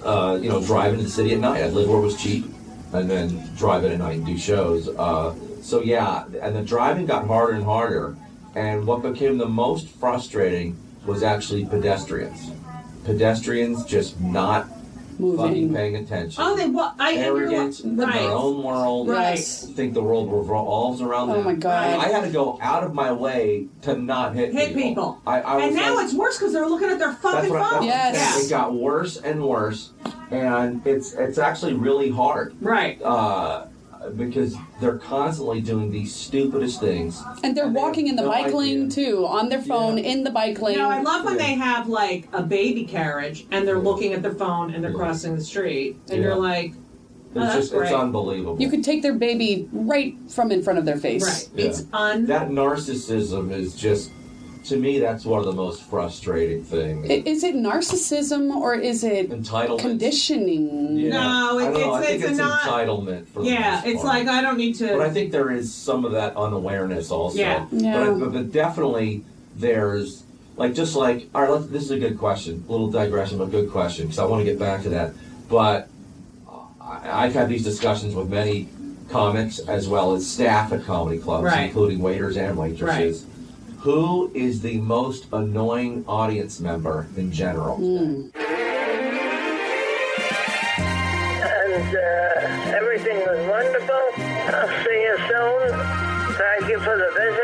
uh, you know, drive into the city at night. I'd live where it was cheap, and then drive it at night and do shows. Uh, so yeah, and the driving got harder and harder. And what became the most frustrating was actually pedestrians. Pedestrians just not fucking
Moving.
paying attention.
Oh, they what? I and you're
Arrogant in
right.
their own world.
Right.
Think the world revolves around them.
Oh my god.
I had to go out of my way to not hit
Hit people.
I, I
and
was
now
like,
it's worse because they're looking at their
that's
fucking
what I-
phone.
that's what I'm
Yes.
saying. It got worse and worse, and it's it's actually really hard
Right.
uh, because they're constantly doing the stupidest things.
Oh,
And they're
And they
walking
have
in the
no
bike
idea.
lane too, on their phone
Yeah.
in the bike lane.
Now I love when
Yeah.
they have like a baby carriage and they're looking at their phone and they're
Yeah.
crossing the street and
Yeah.
you're like,
It's
Oh, that's
just
great.
it's unbelievable.
you could take their baby right from in front of their face.
right,
Yeah.
it's un.
that narcissism is just to me that's one of the most frustrating things.
I- Is it narcissism or is it
entitlement.
conditioning?
Yeah.
No,
I
it-
don't know.
it's-
I think
it's a
it's,
not-
entitlement. For the
yeah,
most
it's
part.
like I don't need to.
But I think there is some of that unawareness also.
Yeah.
Yeah.
But, but, but definitely there's like just like all right. Let's, this is a good question. little digression, but good question because I want to get back to that. But I, I've had these discussions with many comics as well as staff at comedy clubs,
Right.
including waiters and waitresses. Who is the most annoying audience member in general?
and uh, everything was wonderful. I'll see you soon. Thank you for the visit.